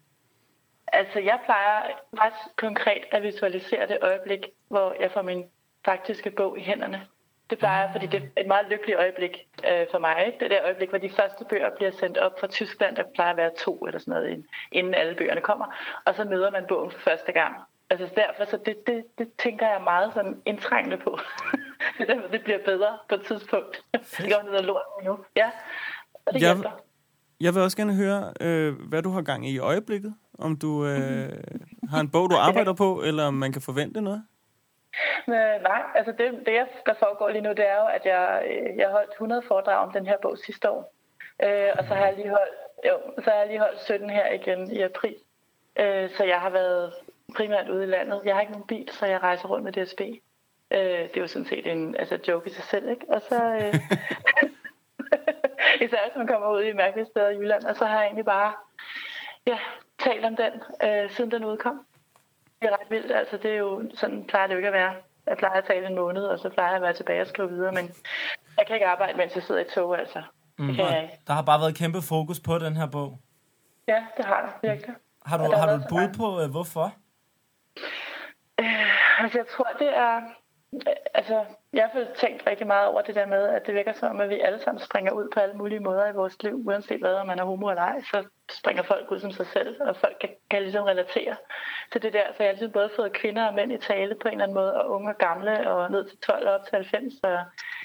[SPEAKER 13] Altså, jeg plejer ret konkret at visualisere det øjeblik, hvor jeg får min faktiske bog i hænderne. Det plejer jeg, fordi det er et meget lykkeligt øjeblik øh, for mig. Ikke? Det der øjeblik, hvor de første bøger bliver sendt op fra Tyskland, der plejer at være to eller sådan noget, inden- inden alle bøgerne kommer. Og så møder man bogen for første gang. Altså derfor, så det, det, det tænker jeg meget sådan indtrængende på. Det der med, det bliver bedre på et tidspunkt. Det går ned ad lort nu. Ja, og det
[SPEAKER 2] Jeg-
[SPEAKER 13] hjælper.
[SPEAKER 2] Jeg vil også gerne høre, øh, hvad du har gang i i øjeblikket. Om du øh,
[SPEAKER 1] Mhm.
[SPEAKER 2] har en bog, du arbejder på, eller om man kan forvente noget.
[SPEAKER 13] Øh, nej, altså det, det, jeg- der foregår lige nu, det er jo, at jeg, øh, jeg holdt 100 foredrag om den her bog sidste år. Øh, og så har jeg lige holdt, jo, så har jeg lige holdt 17 her igen i april. Øh, så jeg har været primært ude i landet. Jeg har ikke nogen bil, så jeg rejser rundt med DSB. Øh, det er jo sådan set en altså, joke i sig selv, ikke? Og så... Øh, især hvis man kommer ud i mærkelige steder i Jylland, og så har jeg egentlig bare ja, talt om den, øh, siden den udkom. Det er ret vildt. Altså, det er jo, sådan plejer det jo ikke at være. Jeg plejer at tale en måned, og så plejer jeg at være tilbage og skrive videre, men jeg kan ikke arbejde, mens jeg sidder i tog, altså.
[SPEAKER 1] Mm.
[SPEAKER 13] kan jeg ikke.
[SPEAKER 1] Der har bare været kæmpe fokus på den her bog.
[SPEAKER 13] Ja, det har jeg virkelig.
[SPEAKER 1] Har du,
[SPEAKER 13] Og der
[SPEAKER 1] har du
[SPEAKER 13] været så
[SPEAKER 1] et bud på, øh, hvorfor?
[SPEAKER 13] Altså, jeg tror, det er... Altså, jeg har tænkt rigtig meget over det der med, at det virker som om, at vi alle sammen springer ud på alle mulige måder i vores liv, uanset hvad, om man er homo eller ej, så springer folk ud som sig selv, og folk kan, kan ligesom relatere til det der. Så jeg har ligesom både fået kvinder og mænd i tale på en eller anden måde, og unge og gamle, og ned til 12 og op til 90. Så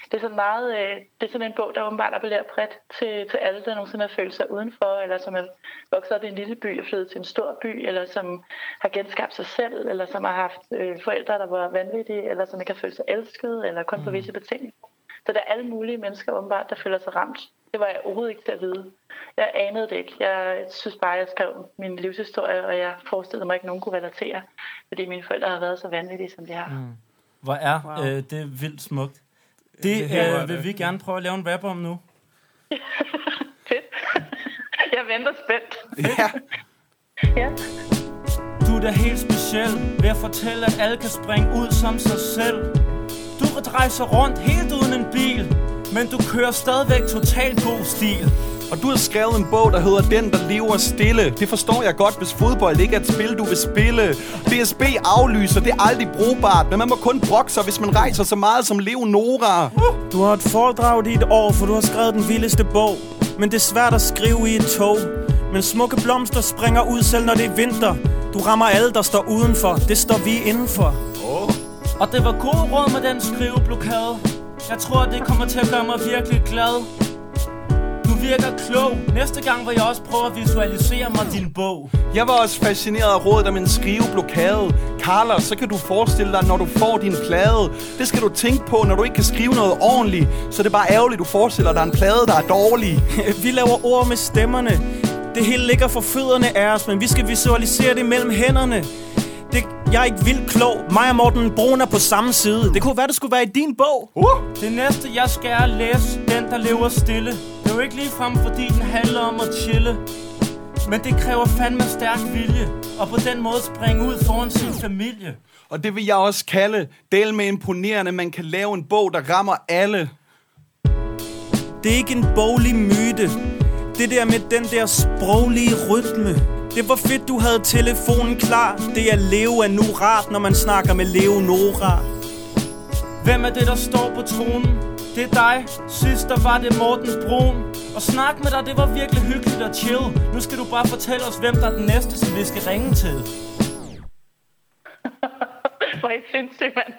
[SPEAKER 13] det er sådan meget... Øh, det er sådan en bog, der åbenbart appellerer bredt til, til alle, der nogensinde har følt sig udenfor, eller som er vokset op i en lille by og flyttet til en stor by, eller som har genskabt sig selv, eller som har haft øh, forældre, der var vanvittige, eller som ikke har følt sig elsket, eller kun på visse betingelser. Så der er alle mulige mennesker åbenbart, der føler sig ramt. Det var jeg overhovedet ikke til at vide. Jeg anede det ikke. Jeg synes bare, jeg skrev min livshistorie, og jeg forestillede mig ikke, at nogen kunne relatere, fordi mine forældre har været så vanvittige, som de har.
[SPEAKER 1] Mm. Hvor er wow. øh, det er vildt smukt. Det,
[SPEAKER 2] Det her var
[SPEAKER 1] øh, vil
[SPEAKER 2] det.
[SPEAKER 1] vi gerne prøve at lave en rap om nu.
[SPEAKER 13] Jeg venter spændt.
[SPEAKER 3] Ja.
[SPEAKER 13] ja.
[SPEAKER 1] Du er da helt speciel ved at fortælle, at alle kan springe ud som sig selv. Du rejser rundt helt uden en bil, men du kører stadigvæk totalt god stil.
[SPEAKER 3] Og du har skrevet en bog, der hedder Den, der lever stille. Det forstår jeg godt, hvis fodbold ikke er et spil, du vil spille. DSB aflyser, det er aldrig brugbart, men man må kun brokke sig, hvis man rejser så meget som Leonora.
[SPEAKER 1] Uh.
[SPEAKER 2] Du har et foredrag i et år, for du har skrevet den vildeste bog. Men det er svært at skrive i et tog Men smukke blomster springer ud selv når det er vinter Du rammer alle der står udenfor Det står vi indenfor
[SPEAKER 1] Oh. Og det var god råd med den skriveblokade. Jeg tror, det kommer til at gøre mig virkelig glad. Du virker klog. Næste gang vil jeg også prøve at visualisere mig din bog.
[SPEAKER 3] Jeg var også fascineret af rådet om en skriveblokade. Carla, så kan du forestille dig, når du får din plade. Det skal du tænke på, når du ikke kan skrive noget ordentligt. Så det er bare ærgerligt, du forestiller dig en plade, der er dårlig.
[SPEAKER 2] vi laver ord med stemmerne. Det hele ligger for fødderne af os, men vi skal visualisere det mellem hænderne. Det, jeg er ikke vildt klog. Mig og Morten Brun er på samme side. Det kunne være, det skulle være i din bog.
[SPEAKER 3] Uh!
[SPEAKER 1] Det næste, jeg skal er at læse Den, der lever stille. Det er jo ikke ligefrem, fordi den handler om at chille. Men det kræver fandme stærk vilje. Og på den måde springe ud foran sin familie.
[SPEAKER 3] Og det vil jeg også kalde del med imponerende. Man kan lave en bog, der rammer alle.
[SPEAKER 2] Det er ikke en boglig myte. Det der med den der sproglige rytme. Det var fedt, du havde telefonen klar. Det at leve er nu rart, når man snakker med Leonora.
[SPEAKER 1] Hvem er det, der står på tronen? Det er dig. Sidst der var det Morten Brun. Og snak med dig, det var virkelig hyggeligt og chill. Nu skal du bare fortælle os, hvem der er den næste, som vi skal ringe til.
[SPEAKER 13] Hvor er I sindssygt, mand.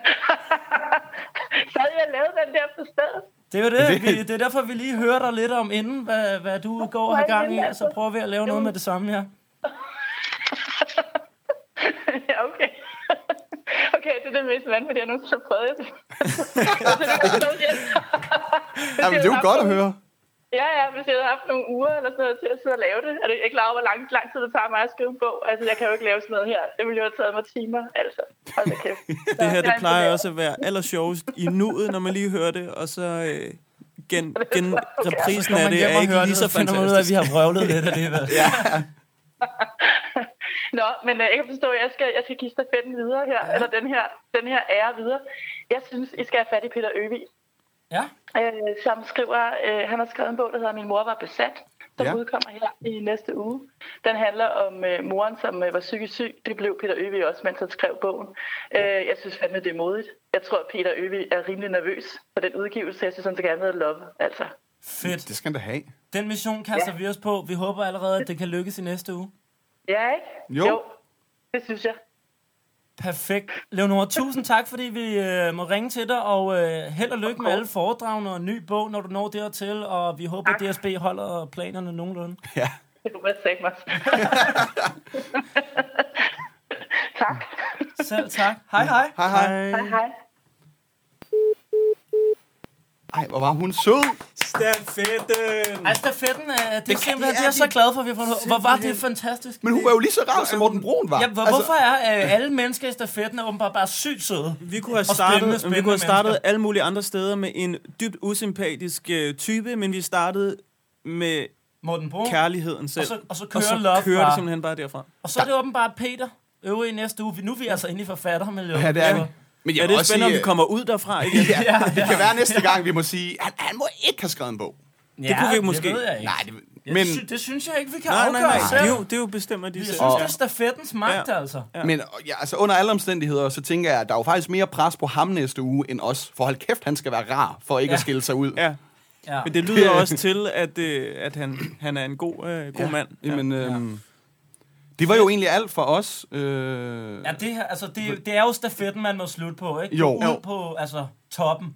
[SPEAKER 13] Så havde jeg lavet den der på stedet.
[SPEAKER 1] Det er jo det. Vi, det er derfor, vi lige hører dig lidt om inden, hvad, hvad du går og har gang i, og så prøver vi at lave noget med det samme, ja.
[SPEAKER 13] ja, okay. Okay, det er det mest vanvittige, jeg nogensinde har prøvet. Så
[SPEAKER 3] Jamen, det er jo godt at høre.
[SPEAKER 13] Ja, ja, hvis jeg havde haft nogle uger eller sådan noget til at sidde og lave det. Er du ikke klar over, hvor lang, lang tid det tager mig at skrive en bog? Altså, jeg kan jo ikke lave sådan noget her. Det ville jo have taget mig timer, altså. Hold da kæft. Så,
[SPEAKER 2] Det her, det
[SPEAKER 13] jeg er
[SPEAKER 2] plejer også at være allersjovest i nuet, når man lige hører det, og så øh, gen, gen, reprisen af
[SPEAKER 1] Så går altså, man
[SPEAKER 2] det
[SPEAKER 1] hjem
[SPEAKER 2] er
[SPEAKER 1] og
[SPEAKER 2] ikke
[SPEAKER 1] hører
[SPEAKER 2] lige
[SPEAKER 1] det,
[SPEAKER 2] så
[SPEAKER 1] så finder man ud
[SPEAKER 2] fantastisk.
[SPEAKER 1] af, at vi har vrøvlet lidt alligevel.
[SPEAKER 2] ja.
[SPEAKER 13] Nå, men øh, jeg kan forstå, at jeg skal, jeg skal give stafetten videre her, ja. eller den her, den her ære videre. Jeg synes, I skal have fat i Peter Øvig.
[SPEAKER 1] Ja.
[SPEAKER 13] Øh, som skriver, øh, han har skrevet en bog, der hedder Min mor var besat, som
[SPEAKER 14] Ja.
[SPEAKER 13] ja. udkommer her i næste uge. Den handler om øh, moren, som øh, var psykisk syg. Det blev Peter Øvig også, mens han skrev bogen. Øh, jeg synes fandme, det er modigt. Jeg tror, at Peter Øvig er rimelig nervøs for den udgivelse. Jeg synes, han skal have noget love, altså.
[SPEAKER 1] Fedt.
[SPEAKER 3] Det skal han da have.
[SPEAKER 1] Den mission kaster vi os på. Vi håber allerede, at det kan lykkes i næste uge.
[SPEAKER 13] Ja, ikke?
[SPEAKER 3] Jo. Jo,
[SPEAKER 13] det synes jeg.
[SPEAKER 1] Perfekt. Leonora, tusind tak, fordi vi øh, må ringe til dig, og øh, held og lykke med alle foredragene og en ny bog, når du når dertil, og vi håber, at DSB holder planerne nogenlunde.
[SPEAKER 3] Ja.
[SPEAKER 13] Det kunne være sagt mig.
[SPEAKER 1] Selv tak. Hej, hej.
[SPEAKER 3] Hej, hej.
[SPEAKER 13] Hej, hej.
[SPEAKER 3] Ej, hvor var hun sød.
[SPEAKER 2] Stafetten.
[SPEAKER 1] Ej, stafetten, øh, det, det er
[SPEAKER 3] Det-
[SPEAKER 1] simpelthen,
[SPEAKER 3] det
[SPEAKER 1] det er
[SPEAKER 3] er
[SPEAKER 1] jeg så
[SPEAKER 3] de-
[SPEAKER 1] glad for, at vi har fået. Hvor var det
[SPEAKER 3] simpelthen.
[SPEAKER 1] fantastisk.
[SPEAKER 3] Men hun var jo lige så rar, som Morten Brun var.
[SPEAKER 1] Ja, hvor, altså, hvorfor er øh, alle mennesker i stafetten er åbenbart bare sygt søde?
[SPEAKER 2] Vi kunne have startet, vi kunne have startet alle mulige andre steder med en dybt usympatisk øh, type, men vi startede med
[SPEAKER 1] Morten Brun.
[SPEAKER 2] kærligheden selv.
[SPEAKER 1] Og så- og så
[SPEAKER 2] og
[SPEAKER 1] kører
[SPEAKER 2] så
[SPEAKER 1] Love
[SPEAKER 2] kører det
[SPEAKER 1] bare.
[SPEAKER 2] simpelthen bare derfra.
[SPEAKER 1] Og så er det åbenbart Peter øvrige i næste uge. Nu er vi altså inde i forfattermiljøet.
[SPEAKER 3] Ja, det er vi. Men jeg
[SPEAKER 2] Ja,
[SPEAKER 3] vil
[SPEAKER 2] det er
[SPEAKER 3] også
[SPEAKER 2] spændende,
[SPEAKER 3] sige, øh,
[SPEAKER 2] om vi kommer ud derfra igen.
[SPEAKER 3] ja, ja, det kan være næste gang, vi må sige, at han må ikke have skrevet en bog.
[SPEAKER 1] Ja, Det kunne vi det måske. ved jeg ikke.
[SPEAKER 3] Nej, det,
[SPEAKER 1] Ja,
[SPEAKER 3] men,
[SPEAKER 1] det, sy- det synes jeg ikke, vi kan
[SPEAKER 2] Nej, nej, nej.
[SPEAKER 1] afgøre selv.
[SPEAKER 2] Det er jo- det er jo bestemt, at de
[SPEAKER 1] Jeg
[SPEAKER 2] selv.
[SPEAKER 1] synes,
[SPEAKER 3] Og-
[SPEAKER 1] det er stafettens magt, ja. altså.
[SPEAKER 3] Ja. Men og, ja, altså, under alle omstændigheder, så tænker jeg, at der er jo faktisk mere pres på ham næste uge end os. For hold kæft, han skal være rar for ikke
[SPEAKER 2] Ja.
[SPEAKER 3] ja. at skille sig ud.
[SPEAKER 2] Ja.
[SPEAKER 1] Ja.
[SPEAKER 2] Men det lyder også til, at, øh, at han, han er en god, øh, god
[SPEAKER 3] Ja.
[SPEAKER 2] mand.
[SPEAKER 3] Jamen, øhm, Det var jo egentlig alt for os. Øh,
[SPEAKER 1] Ja, det, her, altså, det, det er jo stafetten, man må slutte på, ikke?
[SPEAKER 3] Jo.
[SPEAKER 1] Ud
[SPEAKER 3] Jo.
[SPEAKER 1] på altså, toppen.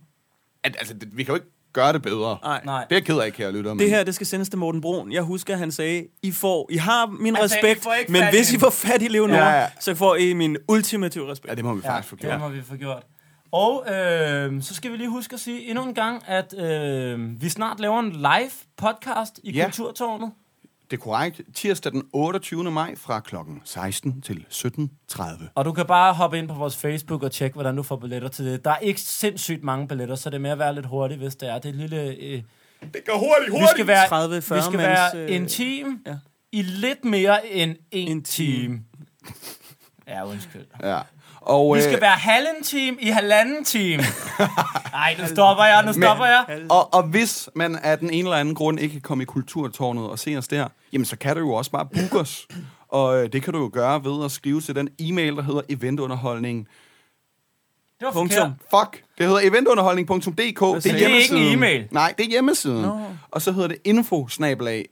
[SPEAKER 3] at, altså, det, vi kan jo ikke gøre det bedre.
[SPEAKER 1] Nej.
[SPEAKER 3] Det er jeg ked af, kære lytter. men-
[SPEAKER 2] Det her, det skal sendes til Morten Brun. Jeg husker, han sagde, I får, I har min
[SPEAKER 1] Han sagde, Altså, "I
[SPEAKER 2] respekt,
[SPEAKER 1] får ikke
[SPEAKER 2] men
[SPEAKER 1] fat i
[SPEAKER 2] hvis I
[SPEAKER 1] hende."
[SPEAKER 2] får fat i Leonora,
[SPEAKER 1] Ja,
[SPEAKER 2] ja,
[SPEAKER 1] ja.
[SPEAKER 2] ja. så får I min ultimative respekt. Ja,
[SPEAKER 3] det må vi
[SPEAKER 1] det må vi få gjort. Og øh, så skal vi lige huske at sige endnu en gang, at øh, vi snart laver en live podcast i
[SPEAKER 3] Ja.
[SPEAKER 1] ja. Kulturtårnet.
[SPEAKER 3] Det er korrekt. Tirsdag den 28. maj fra klokken 16 til 17.30.
[SPEAKER 1] Og du kan bare hoppe ind på vores Facebook og tjekke, hvordan du får billetter til det. Der er ikke sindssygt mange billetter, så det er med at være lidt hurtig, hvis det er. Det er et lille... Øh,
[SPEAKER 3] det går hurtigt,
[SPEAKER 1] Vi skal være,
[SPEAKER 2] 30, 40
[SPEAKER 1] vi skal
[SPEAKER 2] mands,
[SPEAKER 1] være
[SPEAKER 2] øh,
[SPEAKER 1] intim
[SPEAKER 2] ja.
[SPEAKER 1] i lidt mere end en, en time. Ja, undskyld.
[SPEAKER 3] Ja. Og,
[SPEAKER 1] vi
[SPEAKER 3] øh,
[SPEAKER 1] skal være halvanden time i halvanden time. Nej, nu stopper jeg, nu stopper jeg.
[SPEAKER 3] Og, og hvis man af den ene eller anden grund ikke kan komme i kulturtårnet og se os der, jamen så kan du jo også bare booke os. Og øh, det kan du jo gøre ved at skrive til den e-mail, der hedder eventunderholdning
[SPEAKER 1] Det var
[SPEAKER 3] Punktum. Fuck. Det hedder eventunderholdning.dk. Det
[SPEAKER 1] det er ikke en e-mail.
[SPEAKER 3] Nej, det er hjemmesiden.
[SPEAKER 1] Nå.
[SPEAKER 3] No. Og så hedder det info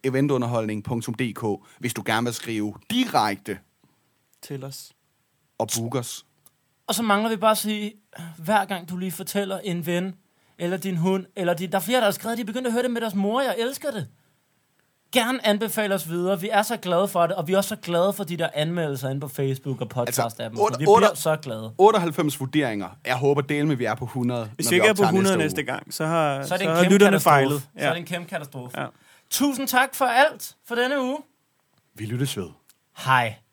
[SPEAKER 3] eventunderholdning.dk, hvis du gerne vil skrive direkte
[SPEAKER 2] til os.
[SPEAKER 3] og booke os.
[SPEAKER 1] Og så mangler vi bare at sige, hver gang du lige fortæller en ven, eller din hund, eller din... Der er flere, der har skrevet, de begyndte at høre det med deres mor, jeg elsker det. Gerne anbefale os videre. Vi er så glade for det, og vi er også så glade for de der anmeldelser inde på Facebook og podcast-appen. Altså,
[SPEAKER 3] otte-
[SPEAKER 1] vi
[SPEAKER 3] otte-
[SPEAKER 1] bliver så glade.
[SPEAKER 3] 98 vurderinger. Jeg håber del med, vi er på 100.
[SPEAKER 2] Hvis
[SPEAKER 3] når
[SPEAKER 2] vi ikke er på
[SPEAKER 3] optager
[SPEAKER 2] 100
[SPEAKER 3] uge.
[SPEAKER 2] næste, næste gang, så har,
[SPEAKER 1] Så er det
[SPEAKER 2] så
[SPEAKER 1] en
[SPEAKER 2] har
[SPEAKER 1] kæmpe
[SPEAKER 2] lytterne
[SPEAKER 1] katastrofe.
[SPEAKER 2] fejlet.
[SPEAKER 1] Så er det en kæmpe katastrofe. Tusind tak for alt for denne uge.
[SPEAKER 3] Vi lyttes ved.
[SPEAKER 1] Hej.